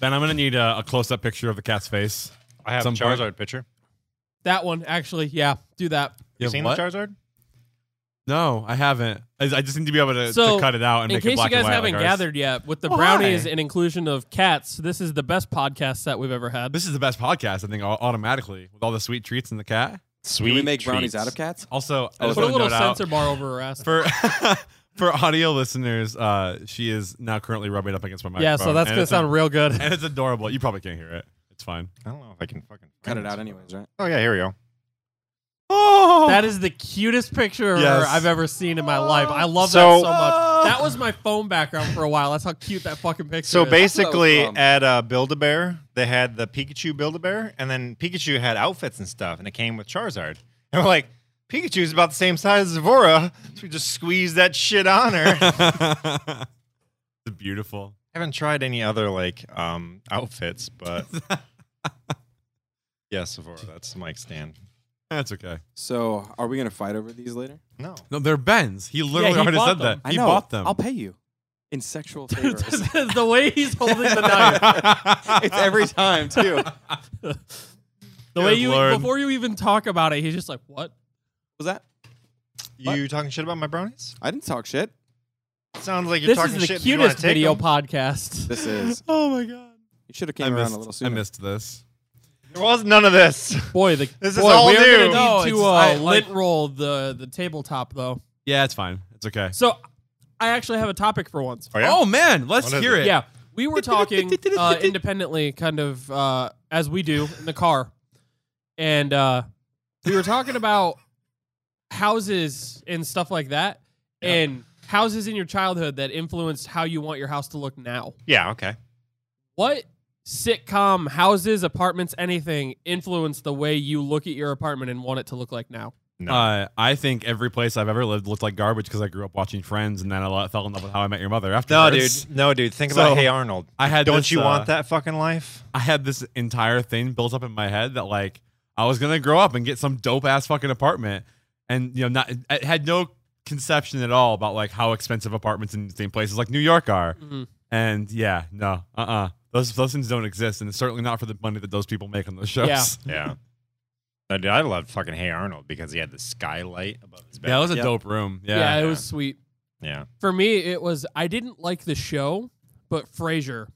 B: Then I'm gonna need a, a close-up picture of the cat's face.
C: I have
B: some
C: some Charizard
B: part-
C: picture.
A: That one, actually, yeah, do that.
C: You
B: Yeah,
C: seen
B: what?
C: the Charizard?
B: No, I haven't. I, I just need to be able to,
A: So,
B: to cut it out and
A: In
B: make it
A: case you
B: black
A: guys
B: and white.
A: haven't
B: like ours.
A: gathered yet, with the
B: Why?
A: brownies and inclusion of cats, this is the best podcast set we've ever had.
B: this is the best podcast. I think au- automatically with all the sweet treats and the cat.
C: Sweet.
D: Do we make brownies
C: treats.
D: out of cats?
B: Also, I
D: Oh,
B: just
A: Put a
B: want to
A: little
B: note out
A: sensor bar over her ass.
B: for for audio listeners, uh, she is now currently rubbing up against my microphone.
A: yeah, so that's
B: and
A: gonna
B: it's a-
A: sound real good.
B: and it's adorable. You probably can't hear it. It's fine.
C: I don't know if I can fucking
D: Cut it
C: find
D: out
C: this.
D: anyways, right?
C: Oh yeah, here we go.
B: Oh,
A: That is the cutest picture of
B: Yes. Oh.
A: her I've ever seen in my life. I love that
C: So-
A: so much. That was my phone background for a while. That's how cute that fucking picture
C: So
A: is.
C: basically,
D: That's what I was from.
C: at uh, Build a Bear, they had the Pikachu Build a Bear, and then Pikachu had outfits and stuff, and it came with Charizard. And we're like, Pikachu's about the same size as Zora, so we just squeezed that shit on her. I
B: it's beautiful.
C: haven't tried any other like um, outfits, but yeah, Zora, that's Mike's stand.
B: That's okay.
D: So, are we gonna fight over these later?
C: No,
B: No, they're Ben's. He literally
A: he
B: already
A: bought
B: said
A: them.
B: that. He bought them.
D: I'll pay you in sexual favors.
A: the way he's holding the knife,
D: it's every time too. What
A: the way
B: Good
A: you e-
B: Lord.
A: before you even talk about it, he's just like, "What?
D: was that?
C: you talking shit about my brownies?
D: I didn't talk shit.
C: Sounds like you're
A: this
C: talking
A: is the
C: shit. and you wanna
A: cutest
C: take
A: video
C: 'em.
A: podcast."
D: This is.
B: oh my god.
D: You should have
B: I
D: came around
B: missed,
D: a little
B: I
D: sooner.
B: missed this.
C: There was none of this.
A: Boy, the
C: This is
A: boy,
C: all
A: we are
C: new.
A: gonna
B: No,
A: need
B: it's
A: to
B: just-
A: uh,
B: I,
A: lint
B: like-
A: roll the the tabletop though.
B: Yeah, it's fine. It's okay.
A: So, I actually have a topic for once.
C: Oh, yeah?
B: Oh man, let's
C: What is
B: hear
C: it?
B: it.
A: Yeah, we were talking uh, independently, kind of uh, as we do in the car, and uh, we were talking about houses and stuff like that, and houses in your childhood that influenced how you want your house to look now.
C: yeah, okay.
A: What sitcom houses, apartments, anything influenced the way you look at your apartment and want it to look like now?
C: No.
B: Uh, I think every place I've ever lived looked like garbage because I grew up watching Friends, and then I lo- fell in love with How I Met Your Mother. After
C: no, dude. No, dude. Think
B: So-
C: about Hey Arnold.
B: I had.
C: Don't
B: this,
C: you
B: uh,
C: want that fucking life?
B: I had this entire thing built up in my head that like I was gonna grow up and get some dope ass fucking apartment, and you know, not I had no conception at all about like how expensive apartments in the same places like New York are.
A: Mhm.
B: And yeah, no, uh, uh those those things don't exist, and it's certainly not for the money that those people make on those shows.
A: Yeah.
C: Yeah. I, did- I loved fucking Hey Arnold because he had the skylight above his bed.
B: Yeah, that was a
D: Yeah.
B: dope room. Yeah,
A: yeah it was sweet.
C: Yeah.
A: For me, it was I didn't like the show, but Frasier.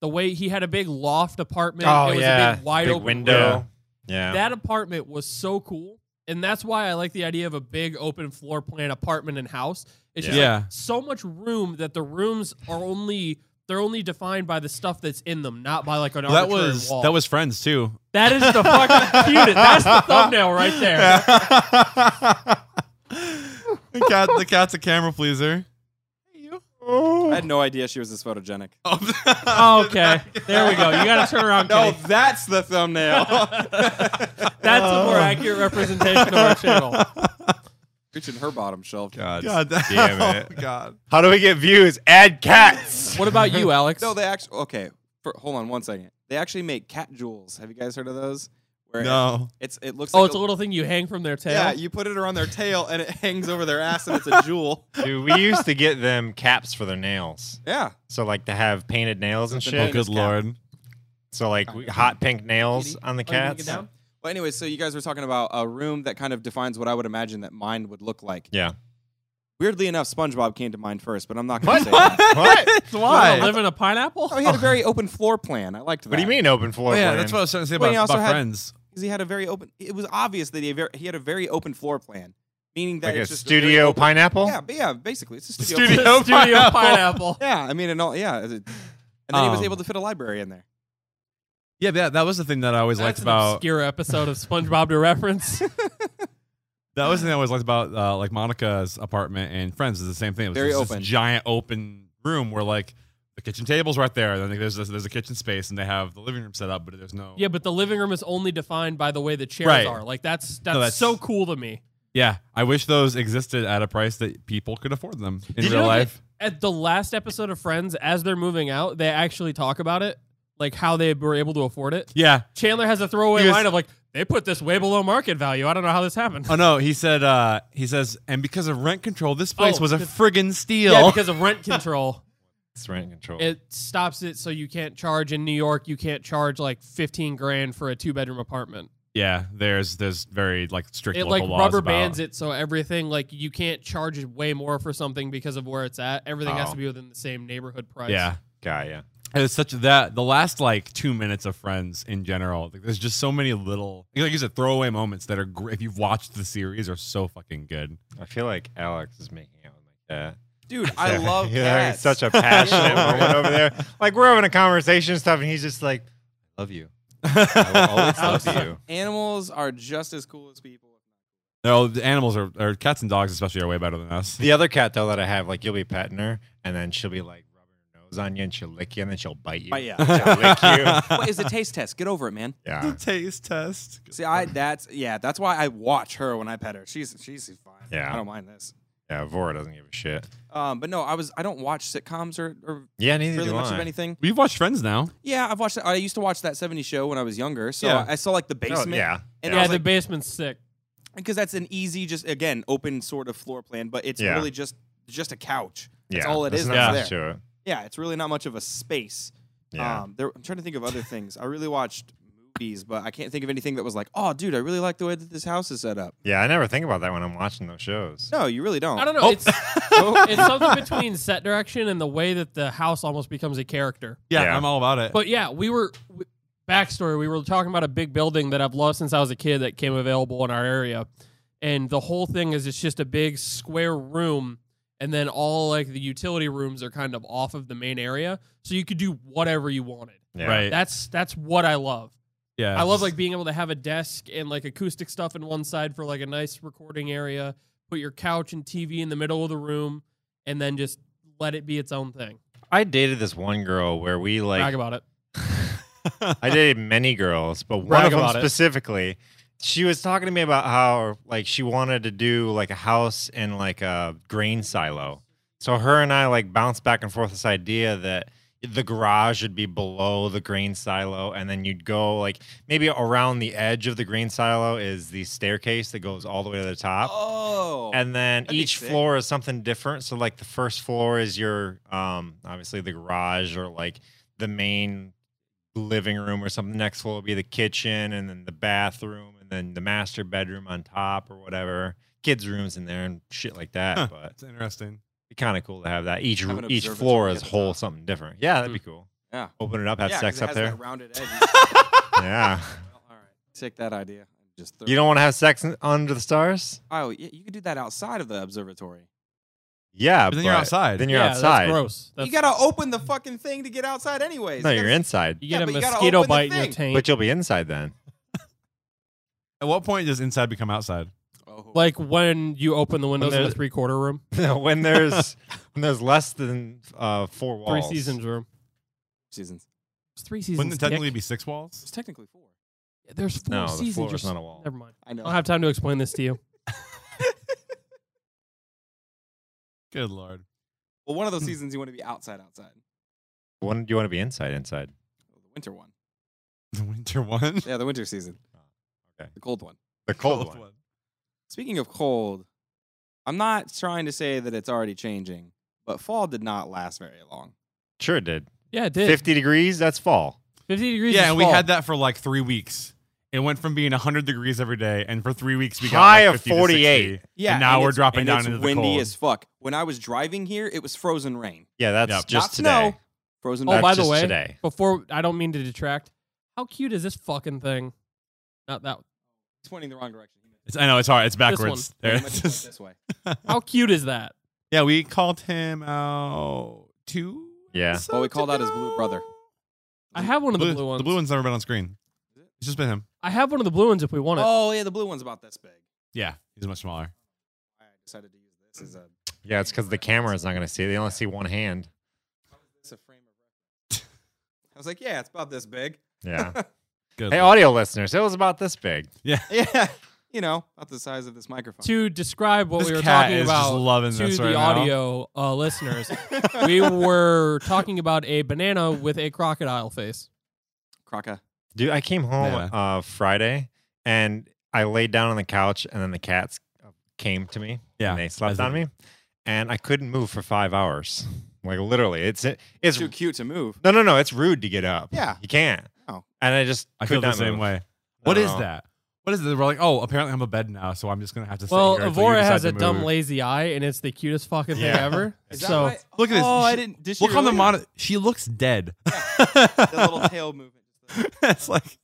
A: The way he had a big
C: Oh,
B: Oh,
A: loft apartment, it was a big wide open
C: window. Yeah.
A: That apartment was so cool and that's why I like the idea of a big open floor plan apartment and house. It's just like,
B: Yeah.
A: so much room that the rooms are only they're only defined by the stuff that's in them, not by like an
B: Well, that
A: arbitrary
B: was
A: wall.
B: that was Friends too.
A: that is the fucking cutest. That's the thumbnail right there.
B: the cat, the cat's a camera pleaser.
D: I had no idea she was this photogenic.
B: Oh.
A: Okay, there we go. You got to turn around.
D: No,
A: Kenny.
D: that's the thumbnail.
A: that's a
B: Oh.
A: more accurate representation of our channel.
D: Reaching her bottom shelf.
C: God,
B: God oh
C: damn it.
B: God.
C: How do we get views? Add cats.
A: What about you, Alex?
D: No, they actually. Okay, for, hold on one second. They actually make cat jewels. Have you guys heard of those? Where
B: No.
D: It's it looks.
A: oh,
D: like
A: it's a little thing you hang from their tail.
D: Yeah, you put it around their tail and it hangs over their ass and it's a jewel.
C: Dude, we used to get them caps for their nails.
D: Yeah.
C: So like to have painted nails and
D: Something
B: Oh,
C: shit.
B: good lord.
C: So like we- hot pink nails on the
A: Oh, you wanna get
C: cats.
A: down?
D: Well, anyway, so you guys were talking about a room that kind of defines what I would imagine that mine would look like.
C: Yeah.
D: Weirdly enough, SpongeBob came to mind first, but I'm not going to say that.
C: What?
A: Wanna
B: Why?
A: live in a pineapple?
D: Oh, he had a very open floor plan. I liked that.
C: What do you mean open floor
B: Oh, yeah,
C: plan?
B: that's what I was trying to say
D: Well,
B: about,
D: he also
B: about
D: had-
B: Friends.
D: Because he had a very open. It was obvious that he had, very, he had a very open floor plan, meaning that
C: like a
D: it's just
C: studio
D: A very open,
C: pineapple.
D: yeah, but yeah, basically it's a studio.
B: Studio-
D: plan.
A: Studio pineapple.
D: Yeah, I mean, and all yeah, it- and then he was
B: Um,
D: able to fit a library in there.
B: Yeah, that that was the thing that I always
A: That's
B: liked
A: an
B: about
A: obscure episode of SpongeBob to reference.
B: that was the thing I always liked about uh, like Monica's apartment and Friends is the same thing. It was
D: Very
B: just this
D: open.
B: giant open room where like the kitchen table's right there. And then there's this, there's a kitchen space and they have the living room set up, but there's no
A: yeah, but the living room is only defined by the way the chairs
B: Right.
A: are. Like that's that's,
B: that's-
A: so cool to me.
B: Yeah, I wish those existed at a price that people could afford them in
A: Did you
B: real
A: know that
B: life.
A: At the last episode of Friends, as they're moving out, they actually talk about it, like how they were able to afford it.
B: Yeah.
A: Chandler has a throwaway
B: He was-
A: line of like, "They put this way below market value. I don't know how this happened."
B: Oh no, he said. Uh, he says, and because of rent control, this place
A: Oh,
B: was a
A: because-
B: friggin' steal.
A: yeah, because of rent control,
C: It's rent control.
A: it stops it so you can't charge in New York. You can't charge like fifteen grand for a two bedroom apartment.
B: Yeah, there's there's very like strict
A: it like
B: local
A: rubber bands it so everything like you can't charge way more for something because of where it's at everything has
C: Oh.
A: to be within the same neighborhood price
B: Yeah,
C: Guy, yeah.
B: And it's such that the last like two minutes of Friends in general, like, there's just so many little like you said throwaway moments that are gr- if you've watched the series are so fucking good.
C: I feel like Alex is making out with my cat.
D: Dude, I love
C: yeah,
D: cats.
C: It's such a passionate
D: Yeah.
C: moment over there. Like we're having a conversation and stuff, and he's just like, "I love you. I will always love you."
D: Animals are just as cool as people.
B: No, the animals are or cats and dogs especially are way better than us.
C: The other cat though that I have, like you'll be petting her, and then she'll be like rubbing her nose on you, and she'll lick you, and then she'll bite you.
D: But yeah,
C: She'll lick you.
D: what is the taste test? Get over it, man.
C: Yeah.
B: taste test.
D: See, I that's yeah, that's why I watch her when I pet her. She's she's fine.
C: Yeah.
D: I don't mind this.
C: Yeah. Vora doesn't give a shit.
D: Um, but no, I was I don't watch sitcoms or, or
C: Yeah, neither
D: really
C: do
D: much
C: I.
D: of anything.
B: We've watched Friends now.
D: Yeah, I've watched. That. I used to watch that '70s show when I was younger, so
B: Yeah.
D: I saw like the
C: No,
D: basement.
C: yeah.
D: and
A: yeah
D: I was
A: the
D: like,
A: basement's sick
D: because that's an easy, just again, open sort of floor plan, but it's
C: Yeah.
D: really just just a couch.
C: yeah.
D: That's all it
C: There's
D: is
C: not
D: that's
C: much
D: there.
C: to it.
D: Yeah, it's really not much of a space.
C: Yeah.
D: Um, there, I'm trying to think of other things. I really watched movies, but I can't think of anything that was like, oh, dude, I really like the way that this house is set up.
C: yeah. I never think about that when I'm watching those shows.
D: No, you really
B: Oh.
D: don't.
A: i don't know it's, it's something between set direction and the way that the house almost becomes a character
B: Yeah,
C: Yeah.
B: I'm all about it.
A: but yeah we were w- backstory we were talking about a big building that i've loved since i was a kid that came available in our area and the whole thing is it's just a big square room and then all like the utility rooms are kind of off of the main area so you could do whatever you wanted
C: Yeah.
B: Right.
A: that's that's what i love
B: yeah.
A: I love like being able to have a desk and like acoustic stuff in one side for like a nice recording area, put your couch and TV in the middle of the room, and then just let it be its own thing.
C: I dated this one girl where we like
A: Talk about it.
C: I dated many girls, but one
A: Brag
C: of them
A: about it.
C: specifically, she was talking to me about how like she wanted to do like a house in like a grain silo. So her and I like bounced back and forth this idea that the garage would be below the grain silo and then you'd go like maybe around the edge of the grain silo is the staircase that goes all the way to the top
D: Oh,
C: Uh, and then
D: That'd be
C: each
D: sick.
C: floor is something different. So like the first floor is your um obviously the garage or like the main living room or something. Next floor will be the kitchen and then the bathroom and then the master bedroom on top or whatever. Kids' rooms in there and shit like that.
B: Huh.
C: But
B: It's interesting.
C: it'd be kind of cool to have that. Each
D: Have
C: ro-
D: an
C: each
D: observatory
C: floor
D: at
C: is
D: the
C: whole
D: top. Hmm.
C: something different. Yeah, that'd be cool.
D: Yeah.
C: Open it up, have
D: yeah, 'cause
C: sex
D: it
C: up
D: has
C: there.
D: That rounded edge.
C: yeah.
D: Well, all right, take that idea. just throw
C: You don't want to have sex in- under the stars?
D: Oh, yeah, you could do that outside of the observatory.
C: Yeah,
B: But then you're
C: but
B: outside.
C: Then you're
A: yeah,
C: outside.
A: That's gross. That's,
D: you gotta open the fucking thing to get outside, anyways.
C: No,
D: You
C: you're
D: gotta-
C: inside.
A: you
D: yeah,
A: get
D: but
A: a
D: you gotta
A: mosquito
D: open the
A: bite in your
D: thing.
A: tank.
C: But you'll be inside then.
B: At what point does inside become outside?
D: Oh.
A: like when you open the windows in the
C: there's-
A: three quarter room,
C: when there's when there's less than uh, four
A: three
C: walls.
A: seasons room.
D: seasons.
A: It's three
B: Wouldn't
A: seasons.
B: it technically
A: Nick.
B: be six walls?
D: It's technically four.
A: There's four
C: No, the
A: seasons.
C: floor
A: You're
C: is
A: s-
C: not a wall.
A: Never mind.
D: I know.
A: I'll have time to explain this to you.
B: Good lord.
D: well, one of those seasons you want to be outside, outside. Oh,
C: When do you want to be inside? Inside.
D: The winter one.
B: The winter one.
D: Yeah, the winter season.
C: Uh, okay.
D: The cold one.
C: The cold, one.
D: Speaking of cold, I'm not trying to say that it's already changing, but fall did not last very long.
C: Sure, it did.
A: Yeah, it did. 50,
C: Fifty degrees. That's fall.
A: degrees.
B: Yeah,
A: is
B: and we
A: fall.
B: had that for like three weeks. It went from being 100 degrees every day, and for three weeks we got
C: High
B: like
C: of
B: 50 to
C: 48.
B: 60. And now we're
D: it's-
B: dropping
D: and
B: down
D: it's
B: into the
D: windy
B: cold.
D: as fuck. When I was driving here, it was frozen rain.
C: Yeah, that's
B: Yep.
C: just
D: not
C: today.
D: snow. Frozen.
A: Oh,
C: That's
D: rain.
A: by the
C: just
A: way,
C: today.
A: before I don't mean to detract. How cute is this fucking thing? Not that.
D: It's pointing the wrong direction.
B: It's, I know it's hard. It's
A: This
B: backwards.
A: one.
B: There.
D: It went this way.
A: How cute is that?
B: yeah, we called him out two.
C: Yeah.
D: Well, we called out his blue brother.
A: I have one of the blue ones.
B: The blue one's never been on screen. It's just been him.
A: I have one of the blue ones if we want it.
D: Oh yeah, the blue one's about this big.
B: Yeah, he's much smaller.
D: I decided to use this as a
C: Yeah, it's because the camera is not going to see. it. They only see one hand.
D: as a frame of reference. I was like, yeah, it's about this big.
C: Yeah.
B: Good.
C: hey,
B: lord.
C: audio listeners, it was about this big.
D: Yeah, you know, about the size of this microphone.
A: To describe what
B: this
A: we were
B: cat
A: talking
B: is just
A: about
B: loving
A: to
B: this
A: the
B: right now.
A: audio uh, listeners, we were talking about a banana with a crocodile face.
D: Croca.
C: Dude, I came home uh, Friday and I laid down on the couch, and then the cats came to me.
B: Yeah,
C: and they
B: as
C: slept
B: they
C: on
B: do.
C: me, and I couldn't move for five hours. Like literally, it's it's
D: Too cute to move.
C: no no no. It's rude to get up.
D: Yeah. Oh.
C: you can't.
D: No.
C: and I just
B: I
C: could
B: feel the
C: not
B: same
C: move.
B: way. What is
C: know.
B: that? What is it? We're like, oh, apparently I'm a bed now, so I'm just gonna have to.
A: well,
B: sit here until you
A: Avora
B: decide
A: has
B: to
A: a dumb
B: move.
A: lazy eye, and it's the cutest fucking thing
C: Yeah.
A: ever.
D: Is that
A: so
D: why-
B: Look at this.
D: Oh, I
B: She-
D: didn't. Did
B: Look
D: she
B: on the
D: really?
B: monitor. She looks dead.
D: The little tail movement.
B: it's like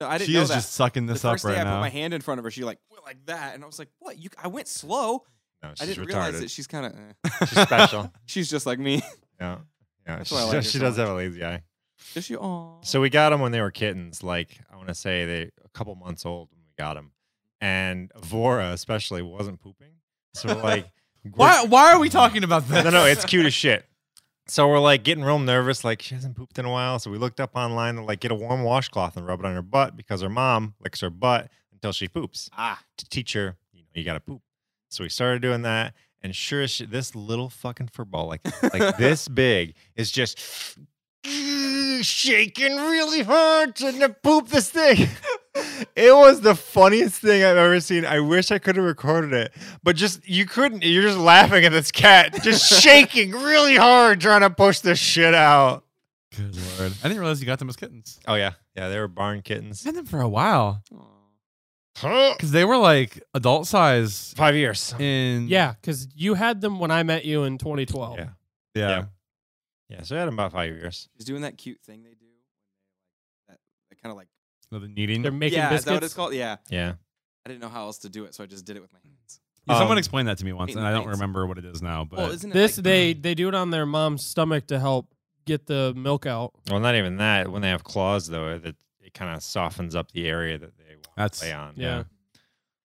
D: No, I didn't
B: she
D: know
B: is
D: that.
B: just sucking this
D: the
B: up
D: first day
B: right
D: I put
B: now.
D: my hand in front of her, she like went like that, and I was like, "What? You?" I went slow.
C: No,
D: I
C: she's
D: didn't
C: retarded.
D: realize that she's kind of. Eh.
C: She's special.
D: She's just like me.
C: yeah, yeah.
D: That's
C: She,
D: why I like her
C: she
D: so
C: does
D: much.
C: have a lazy eye.
D: Does she? Aw.
C: So we got them when they were kittens. Like I want to say they a couple months old when we got them, and Vora especially wasn't pooping. So we're like,
B: Why? Why are we talking about this?
C: no, no, it's cute as shit. So we're like getting real nervous, like she hasn't pooped in a while. So we looked up online to like get a warm washcloth and rub it on her butt because her mom licks her butt until she poops
D: Ah,
C: to teach her, you know, you gotta poop. So we started doing that, and sure as shit, this little fucking fur ball, like like this big, is just shaking really hard trying to poop this thing. It was the funniest thing I've ever seen. I wish I could have recorded it, but just you couldn't. You're just laughing at this cat, just shaking really hard, trying to push this shit out.
B: Good lord! I didn't realize you got them as kittens.
C: Oh yeah, yeah, they were barn kittens.
B: Had them for a while
D: Aw.
C: Huh?
B: because they were like adult size.
C: Five years.
B: In
A: yeah, because you had them when I met you in 2012.
C: Yeah.
B: yeah.
C: Yeah. Yeah, so I had them about five years.
D: she's doing that cute thing they do. That, that kind of like.
B: No, the kneading.
A: They're making
D: yeah, is that what it's
A: biscuits.
D: called? Yeah.
C: Yeah.
D: I didn't know how else to do it, so I just did it with my hands.
B: Yeah, Someone
C: Um,
B: explained that to me once, and
D: Meat and
B: I don't
D: beans.
B: remember what it is now. But
D: Well, isn't it
A: This
D: like-
A: they they do it on their mom's stomach to help get the milk out.
C: Well, not even that. When they have claws, though, it, it kind of softens up the area that they want
B: That's-
C: to play on.
A: Yeah.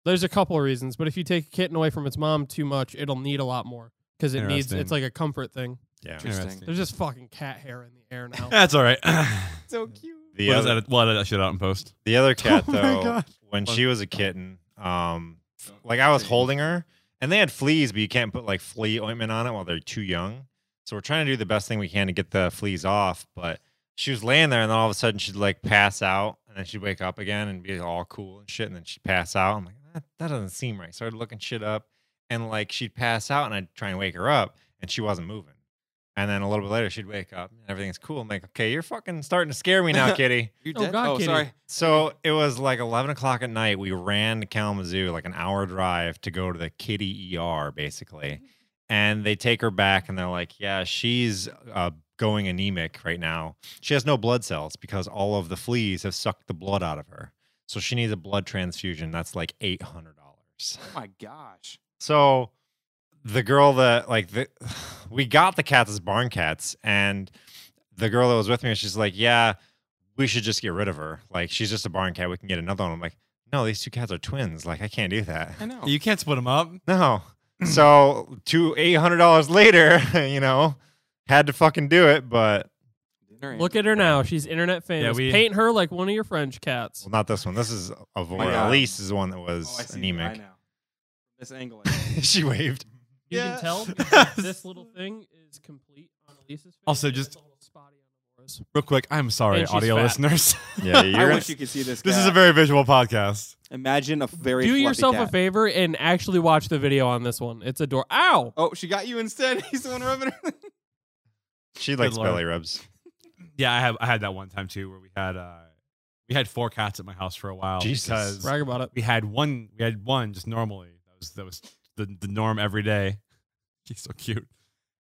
A: There's a couple of reasons, but if you take a kitten away from its mom too much, it'll need a lot more because it needs.
B: Interesting.
A: It's like a comfort thing.
C: Yeah.
D: Interesting.
A: There's just fucking cat hair in the air now.
B: That's all right.
D: so
A: Mm.
D: cute?
C: The,
B: We'll
C: other,
B: edit- we'll edit that shit out in post.
C: the other cat,
B: Oh my
C: though,
B: God.
C: when
B: What?
C: she was a kitten, um, f- like I was holding her, and they had fleas, but you can't put like flea ointment on it while they're too young. So we're trying to do the best thing we can to get the fleas off, but she was laying there, and then all of a sudden she'd like pass out, and then she'd wake up again and be all cool and shit, and then she'd pass out. I'm like, that, that doesn't seem right. Started looking shit up, and like she'd pass out, and I'd try and wake her up, and she wasn't moving. And then a little bit later, she'd wake up, and everything's cool. I'm like, okay, you're fucking starting to scare me now, kitty.
D: You
A: Oh,
D: did?
A: God,
D: oh,
A: kitty.
D: sorry.
C: So it was like 11 o'clock at night. We ran to Kalamazoo, like an hour drive to go to the kitty ER, E basically. and they take her back and they're like, yeah, she's uh, going anemic right now. She has no blood cells because all of the fleas have sucked the blood out of her. So she needs a blood transfusion. That's like eight hundred dollars.
D: Oh my gosh.
C: So the girl that like the, we got the cats as barn cats, and the girl that was with me, she's like, "Yeah, we should just get rid of her. Like she's just a barn cat. We can get another one." I'm like, "No, these two cats are twins. Like I can't do that.
D: I know. Mm.
B: You can't split them up.
C: No." so two eight hundred dollars later, you know, had to fucking do it, but
D: Dinner
A: Look at her now. She's internet famous.
B: we-
A: Paint her like one of your French cats.
C: well, not this one. This is a void.
D: Oh God.
C: Elise is the one that
D: and-
C: was
D: Oh, I see. I
C: anemic.
D: know. This angle.
C: she waved.
A: You
B: Yeah.
A: can tell because this little thing is complete on Elise's face.
B: Also,
A: and
B: just-
A: it's a little spotty on Aurora's.
B: Real quick, I'm sorry,
A: And she's
B: audio
A: fat.
B: listeners.
C: Yeah,
D: I
C: you're
D: wish you could see this.
B: this is a
D: cat.
B: very visual podcast.
D: Imagine a very.
A: Do
D: fluffy
A: yourself
D: cat.
A: a favor and actually watch the video on this one. It's adorable. Ow!
D: Oh, she got you instead. He's the one rubbing her.
C: she likes
B: lord.
C: belly rubs.
B: Yeah, I have. I had that one time too, where we had uh, we had four cats at my house for a while
C: Jesus.
B: because
A: Brag about it.
B: we had one. We had one just normally. That was that was the, the norm every day. She's so cute,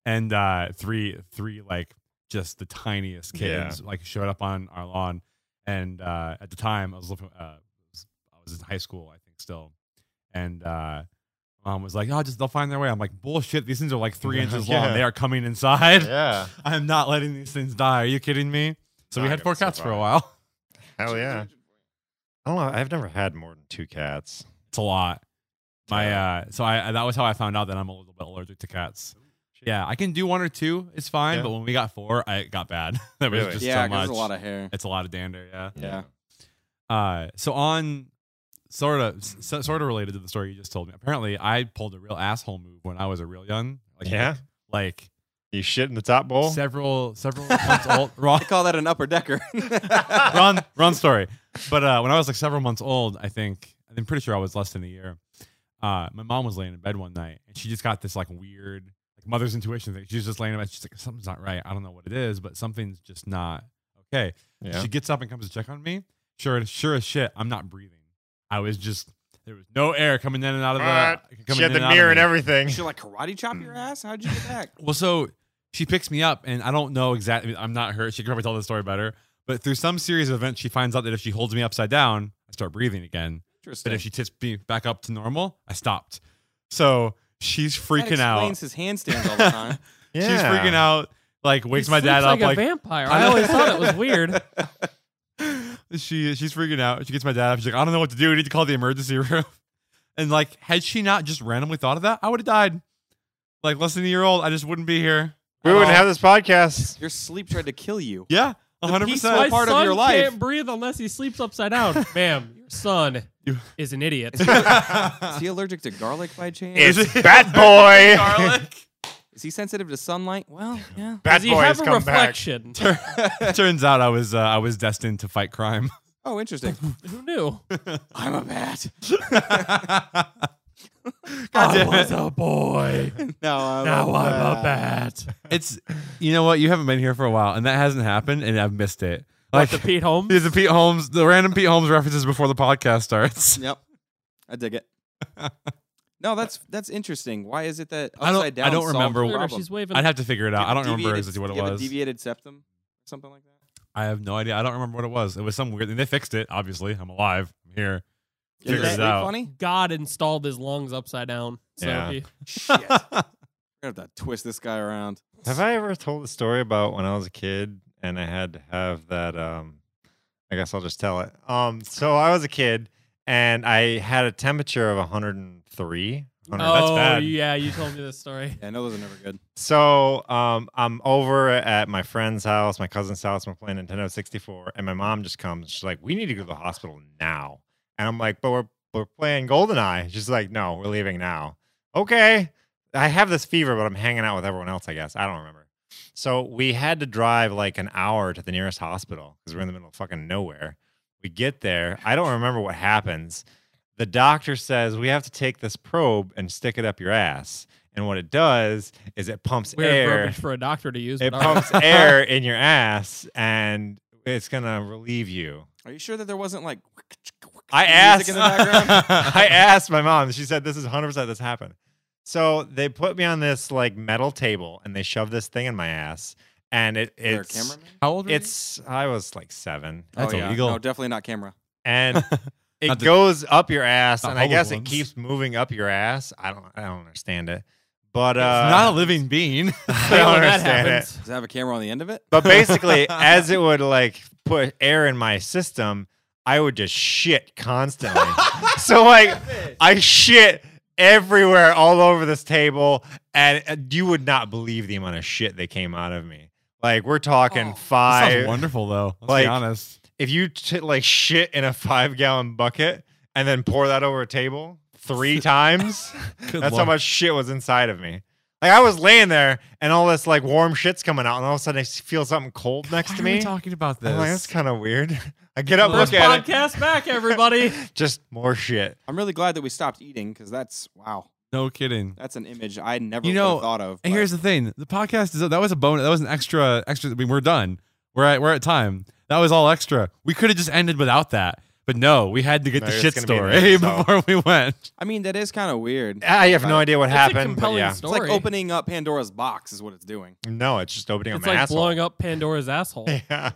B: and uh, three three like just the tiniest
C: Yeah.
B: kittens like showed up on our lawn. And uh, at the time, I was living. Uh, I was in high school, I think, still, and. uh Mom was like, "Oh, just they'll find their way." I'm like, "Bullshit! These things are like three inches long.
C: Yeah.
B: They are coming inside."
C: Yeah,
B: I'm not letting these things die. Are you kidding me? So we
C: Not
B: had four
C: gonna
B: cats for a
C: survive.
B: while.
C: hell yeah. I don't know. I've never had more than two cats.
B: It's a lot. My uh, so I that was how I found out that I'm a little bit allergic to cats. Yeah, I can do one or two. It's fine.
C: Yeah.
B: But when we got four, I it got bad. that
C: Really?
B: was just
D: Yeah,
B: so much.
D: there's a lot of hair.
B: it's a lot of dander. Yeah.
D: Yeah.
B: Uh, so on sort of so, sort of related to the story you just told me. Apparently, I pulled a real asshole move when I was a real young. Like,
C: Yeah? Oh.
B: Like
C: You shit in the top bowl?
B: several several months old. Wrong.
D: I call that an upper decker.
B: wrong, wrong story. But uh, when I was like several months old, I think I'm pretty sure I was less than a year. Uh, my mom was laying in bed one night, and she just got this like weird like mother's intuition thing. She's just laying in bed. She's like, something's not right. I don't know what it is, but something's just not okay.
C: Yeah.
B: She gets up and comes to check on me. Sure, sure as shit, I'm not breathing. I was just there was no air coming in and out of the.
C: What?
B: coming
C: She had
B: in
C: the
B: out of
C: mirror and
B: me.
C: everything.
D: she like karate chop your ass. How'd you get back?
B: Well, so she picks me up, and I don't know exactly. I'm not her. She could probably tell the story better. But through some series of events, she finds out that if she holds me upside down, I start breathing again. But
D: Interesting.
B: if she tips me back up to normal, I stopped. So she's freaking
D: that
B: out.
D: Explains his handstands all the time.
C: Yeah.
B: She's freaking out. Like wakes
A: He
B: my dad
A: sleeps
B: up.
A: like
B: Like
A: a vampire. I always thought it was weird.
B: she she's freaking out. She gets my dad up. She's like, I don't know what to do. We need to call the emergency room. And like, had she not just randomly thought of that, I would have died. Like less than a year old, I just wouldn't be here.
C: We
B: at
C: wouldn't
B: all.
C: have this podcast.
D: Your sleep tried to kill you.
B: Yeah, hundred
D: peaceful
B: percent.
A: My
D: part of
A: son
D: your life.
A: can't breathe unless he sleeps upside down. Ma'am, your son
B: You-
A: is an idiot.
D: Is he allergic to garlic by chance?
C: It's Bat Boy.
B: garlic.
D: Is he sensitive to sunlight? Well, yeah.
A: Does
C: Bat
A: he
C: Boy
A: have
C: has
A: a
C: come back.
A: reflection?
B: Turns out I was uh, I was destined to fight crime.
D: Oh, interesting.
A: Who knew?
D: I'm a bat.
B: God
A: I
B: damn
A: was
B: it.
A: a boy.
D: No, I'm
A: Now
D: a
A: I'm a
D: bat.
A: bat.
B: It's you know what you haven't been here for a while, and that hasn't happened, and I've missed it.
A: Like
B: Like
A: the Pete Holmes.
B: these are Pete Holmes, the random Pete Holmes references before the podcast starts.
D: Yep. I dig it. No, that's that's interesting. Why is it that
B: I don't-
D: upside down?
B: I don't
D: solves
B: remember
D: the
B: why-
A: Look at her,
D: problem?
A: She's waving.
B: I'd have to figure it out. I don't remember
D: Deviated-
B: exactly what it
D: do you have a
B: was.
D: deviated septum, something like that.
B: I have no idea. I don't remember what it was. It was some weird thing. They fixed it. Obviously, I'm alive. I'm here.
D: Is
B: Figures
D: that
B: it out.
D: Funny.
A: God installed his lungs upside down. So
C: Yeah.
A: he-
D: Shit. We're gonna have to twist this guy around.
C: Have I ever told the story about when I was a kid and I had to have that? Um, I guess I'll just tell it. Um, so I was a kid and I had a temperature of 103.
B: Oh, that's
A: oh
B: bad.
A: yeah, you told me this story.
D: Yeah, no, those are never good.
C: So um, I'm over at my friend's house, my cousin's house. We're playing Nintendo 64, and my mom just comes. She's like, "We need to go to the hospital now." And I'm like, "But we're we're playing GoldenEye." She's like, "No, we're leaving now." Okay, I have this fever, but I'm hanging out with everyone else. I guess I don't remember. So we had to drive like an hour to the nearest hospital because we're in the middle of fucking nowhere. We get there. I don't remember what happens. The doctor says we have to take this probe and stick it up your ass. And what it does is it pumps
A: Weird
C: air.
A: verbiage for a doctor to use.
C: It
A: but all right.
C: pumps air in your ass and it's gonna relieve you.
D: Are you sure that there wasn't like
C: I
D: music in the
C: asked-
D: background?
C: I asked my mom. She said this is 100 percent this happened. So they put me on this like metal table and they shoved this thing in my ass. And it,
D: There,
C: it's
D: cameraman?
B: How old? were you?
C: it's I was like seven.
B: That's
D: oh, yeah.
B: illegal.
D: No, definitely not camera.
C: And it
B: Not the-
C: goes up your ass,
B: the
C: and I
B: hollow
C: guess it
B: ones.
C: keeps moving up your ass. I don't I don't understand it. But uh
B: it's not a living being.
C: I
A: Hey,
C: don't
A: when that
C: understand
B: Eh.
C: it.
A: happens.
D: Does it have a camera on the end of it?
C: But basically, as it would like put air in my system, I would just shit constantly. so like I shit everywhere all over this table, and uh, you would not believe the amount of shit that came out of me. Like we're talking
A: Oh.
B: That sounds
C: five.
B: wonderful though. Let's
C: like-
B: be honest.
C: if you t- like shit in a five gallon bucket and then pour that over a table three times,
B: Good
C: that's how
B: lord.
C: much shit was inside of me. Like I was laying there and all this like warm shit's coming out, and all of a sudden I s- feel something cold next
B: Why
C: to
B: are
C: me.
B: we talking about this.
C: I'm like, that's kind of weird. I get up,
A: First
C: look at it,
A: podcast back, everybody.
C: just more shit.
D: I'm really glad that we stopped eating because that's wow,
B: no kidding.
D: that's an image I never
B: You know,
D: would've thought of.
B: And
D: but-
B: here's the thing: the podcast is that was a bonus. That was an extra, extra. I mean, we're done. We're at we're at time. That was all extra. We could have just ended without that, but no, we had to get
C: No,
B: the
C: it's
B: shit
C: gonna be in
B: story
C: there, so.
B: before we went.
D: I mean, that is kind of
B: Eh,
D: weird.
C: I have no
D: Right.
C: idea what
A: That's a
C: happened. But
A: compelling
C: yeah,
D: It's like
A: story.
D: opening up Pandora's box is what it's doing.
C: no, it's just opening up
A: It's
C: my
A: like
C: asshole.
A: blowing up Pandora's asshole.
C: Yeah.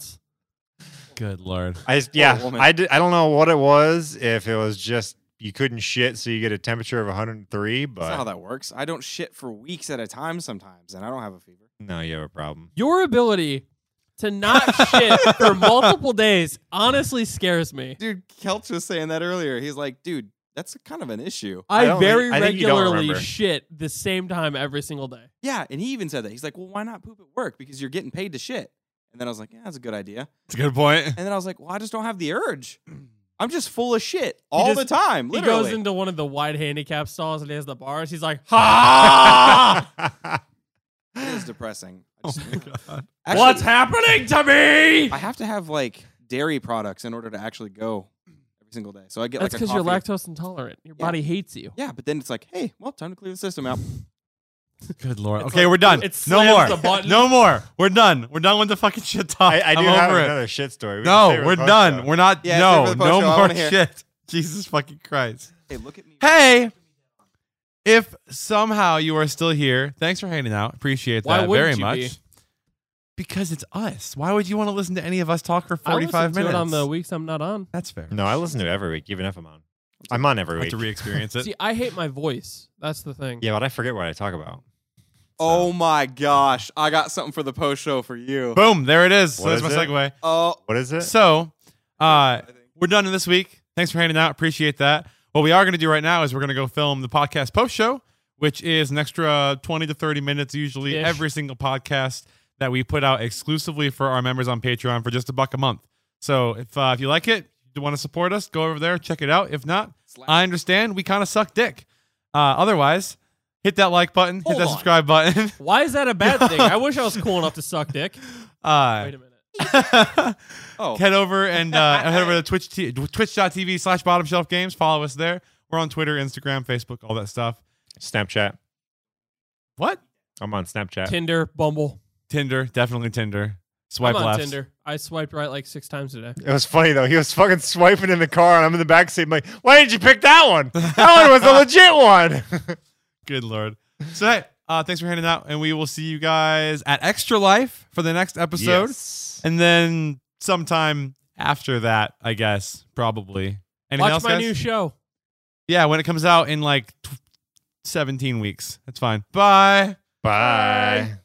B: Good lord,
C: I just- yeah,
D: woman.
C: I, did, I don't know what it was. If it was just you couldn't shit, so you get a temperature of 103,
D: That's not how
C: but
D: that works. I don't shit for weeks at a time sometimes, and I don't have a fever.
C: no, you have a problem.
A: Your ability to not shit for multiple days honestly scares me.
D: Dude, Kelch was saying that earlier. He's like, dude, that's kind of an issue.
C: I
A: I,
C: don't
A: very
C: think- I think you don't
A: regularly
C: remember.
A: shit the same time every single day.
D: Yeah, and he even said that. He's like, well, why not poop at work? Because you're getting paid to shit. And then I was like, yeah, that's a good idea.
B: it's a good point.
D: And then I was like, well, I just don't have the urge. I'm just full of shit all
A: just-
D: the time. Literally.
A: He goes into one of the wide handicap stalls and he has the bars. He's like, ha!
C: What's
D: it is depressing. I
B: Oh
D: just-
B: my god.
D: Actually,
A: What's happening to me?
D: I have to have like dairy products in order to actually go every single day. So I get
A: That's
D: like a
A: because you're
D: coffee.
A: lactose intolerant. Your
D: Yeah.
A: body hates you.
D: Yeah, but then it's like, hey, well, time to clear the system out.
B: Good lord.
A: It's
B: okay,
A: like-
B: we're done.
A: it
B: no
A: slams
B: more.
A: the button.
B: No more. We're done. We're done with the fucking shit talk.
C: I, I do
B: am
C: have
B: over it.
C: another shit story. We can save
B: No,
C: it
B: we're
C: for post,
B: done.
C: though.
B: We're not.
D: Yeah, save it
B: no,
D: for the post
B: no
D: show. I
B: more
D: wanna hear.
B: shit. Jesus fucking Christ.
D: Hey, look at me.
B: Hey, if somehow you are still here, thanks for hanging out. Appreciate
A: Why
B: that
A: wouldn't
B: very
A: you
B: much.
A: be?
B: Because it's us. Why would you want to listen to any of us talk for
A: I listen
B: 45
A: to it
B: minutes?
A: on the weeks I'm not on.
B: That's fair.
C: No, I listen to it every week, even if I'm on. I'm on
B: I
C: every
B: have
C: week.
B: to re-experience it.
A: See, I hate my voice. That's the thing.
C: yeah, but I forget what I talk about.
D: Oh my gosh, I got something for the post show for you.
B: Boom, there it is. So
C: What
B: that's my
C: is it?
B: segue.
D: Oh,
C: What is it?
B: So, uh,
D: I think-
B: we're done this week. Thanks for hanging out. Appreciate that. What we are going to do right now is we're going to go film the podcast post show, which is an extra 20 to 30 minutes usually
A: Ish.
B: every single podcast that we put out exclusively for our members on Patreon for just a buck a month. So if uh, if you like it, you want to support us, go over there, check it out. If not,
D: Slap.
B: I understand we kind of suck dick. Uh, otherwise, hit that like button, hit
A: Hold
B: that
A: on.
B: subscribe button.
A: Why is that a bad thing? I wish I was cool enough to suck dick.
B: Uh,
A: Wait a minute.
D: oh,
B: head over and uh, head over to Twitch t- twitch.tv slash bottom shelf games. Follow us there. We're on Twitter, Instagram, Facebook, all that stuff.
C: Snapchat.
B: What?
C: I'm on Snapchat.
A: Tinder, Bumble.
B: Tinder, definitely Tinder. Swipe
A: I'm on
B: left.
A: Tinder. I swiped right like six times today.
C: It was funny though. He was fucking swiping in the car, and I'm in the backseat. I'm like, why did you pick that one? That one was a legit one.
B: Good lord. So hey, uh, thanks for hanging out, and we will see you guys at Extra Life for the next episode,
C: Yes.
B: and then sometime after that, I guess probably. Anything
A: Watch
B: else,
A: my
B: guys?
A: new show.
B: yeah, when it comes out in like tw- seventeen weeks, that's fine. Bye.
C: Bye.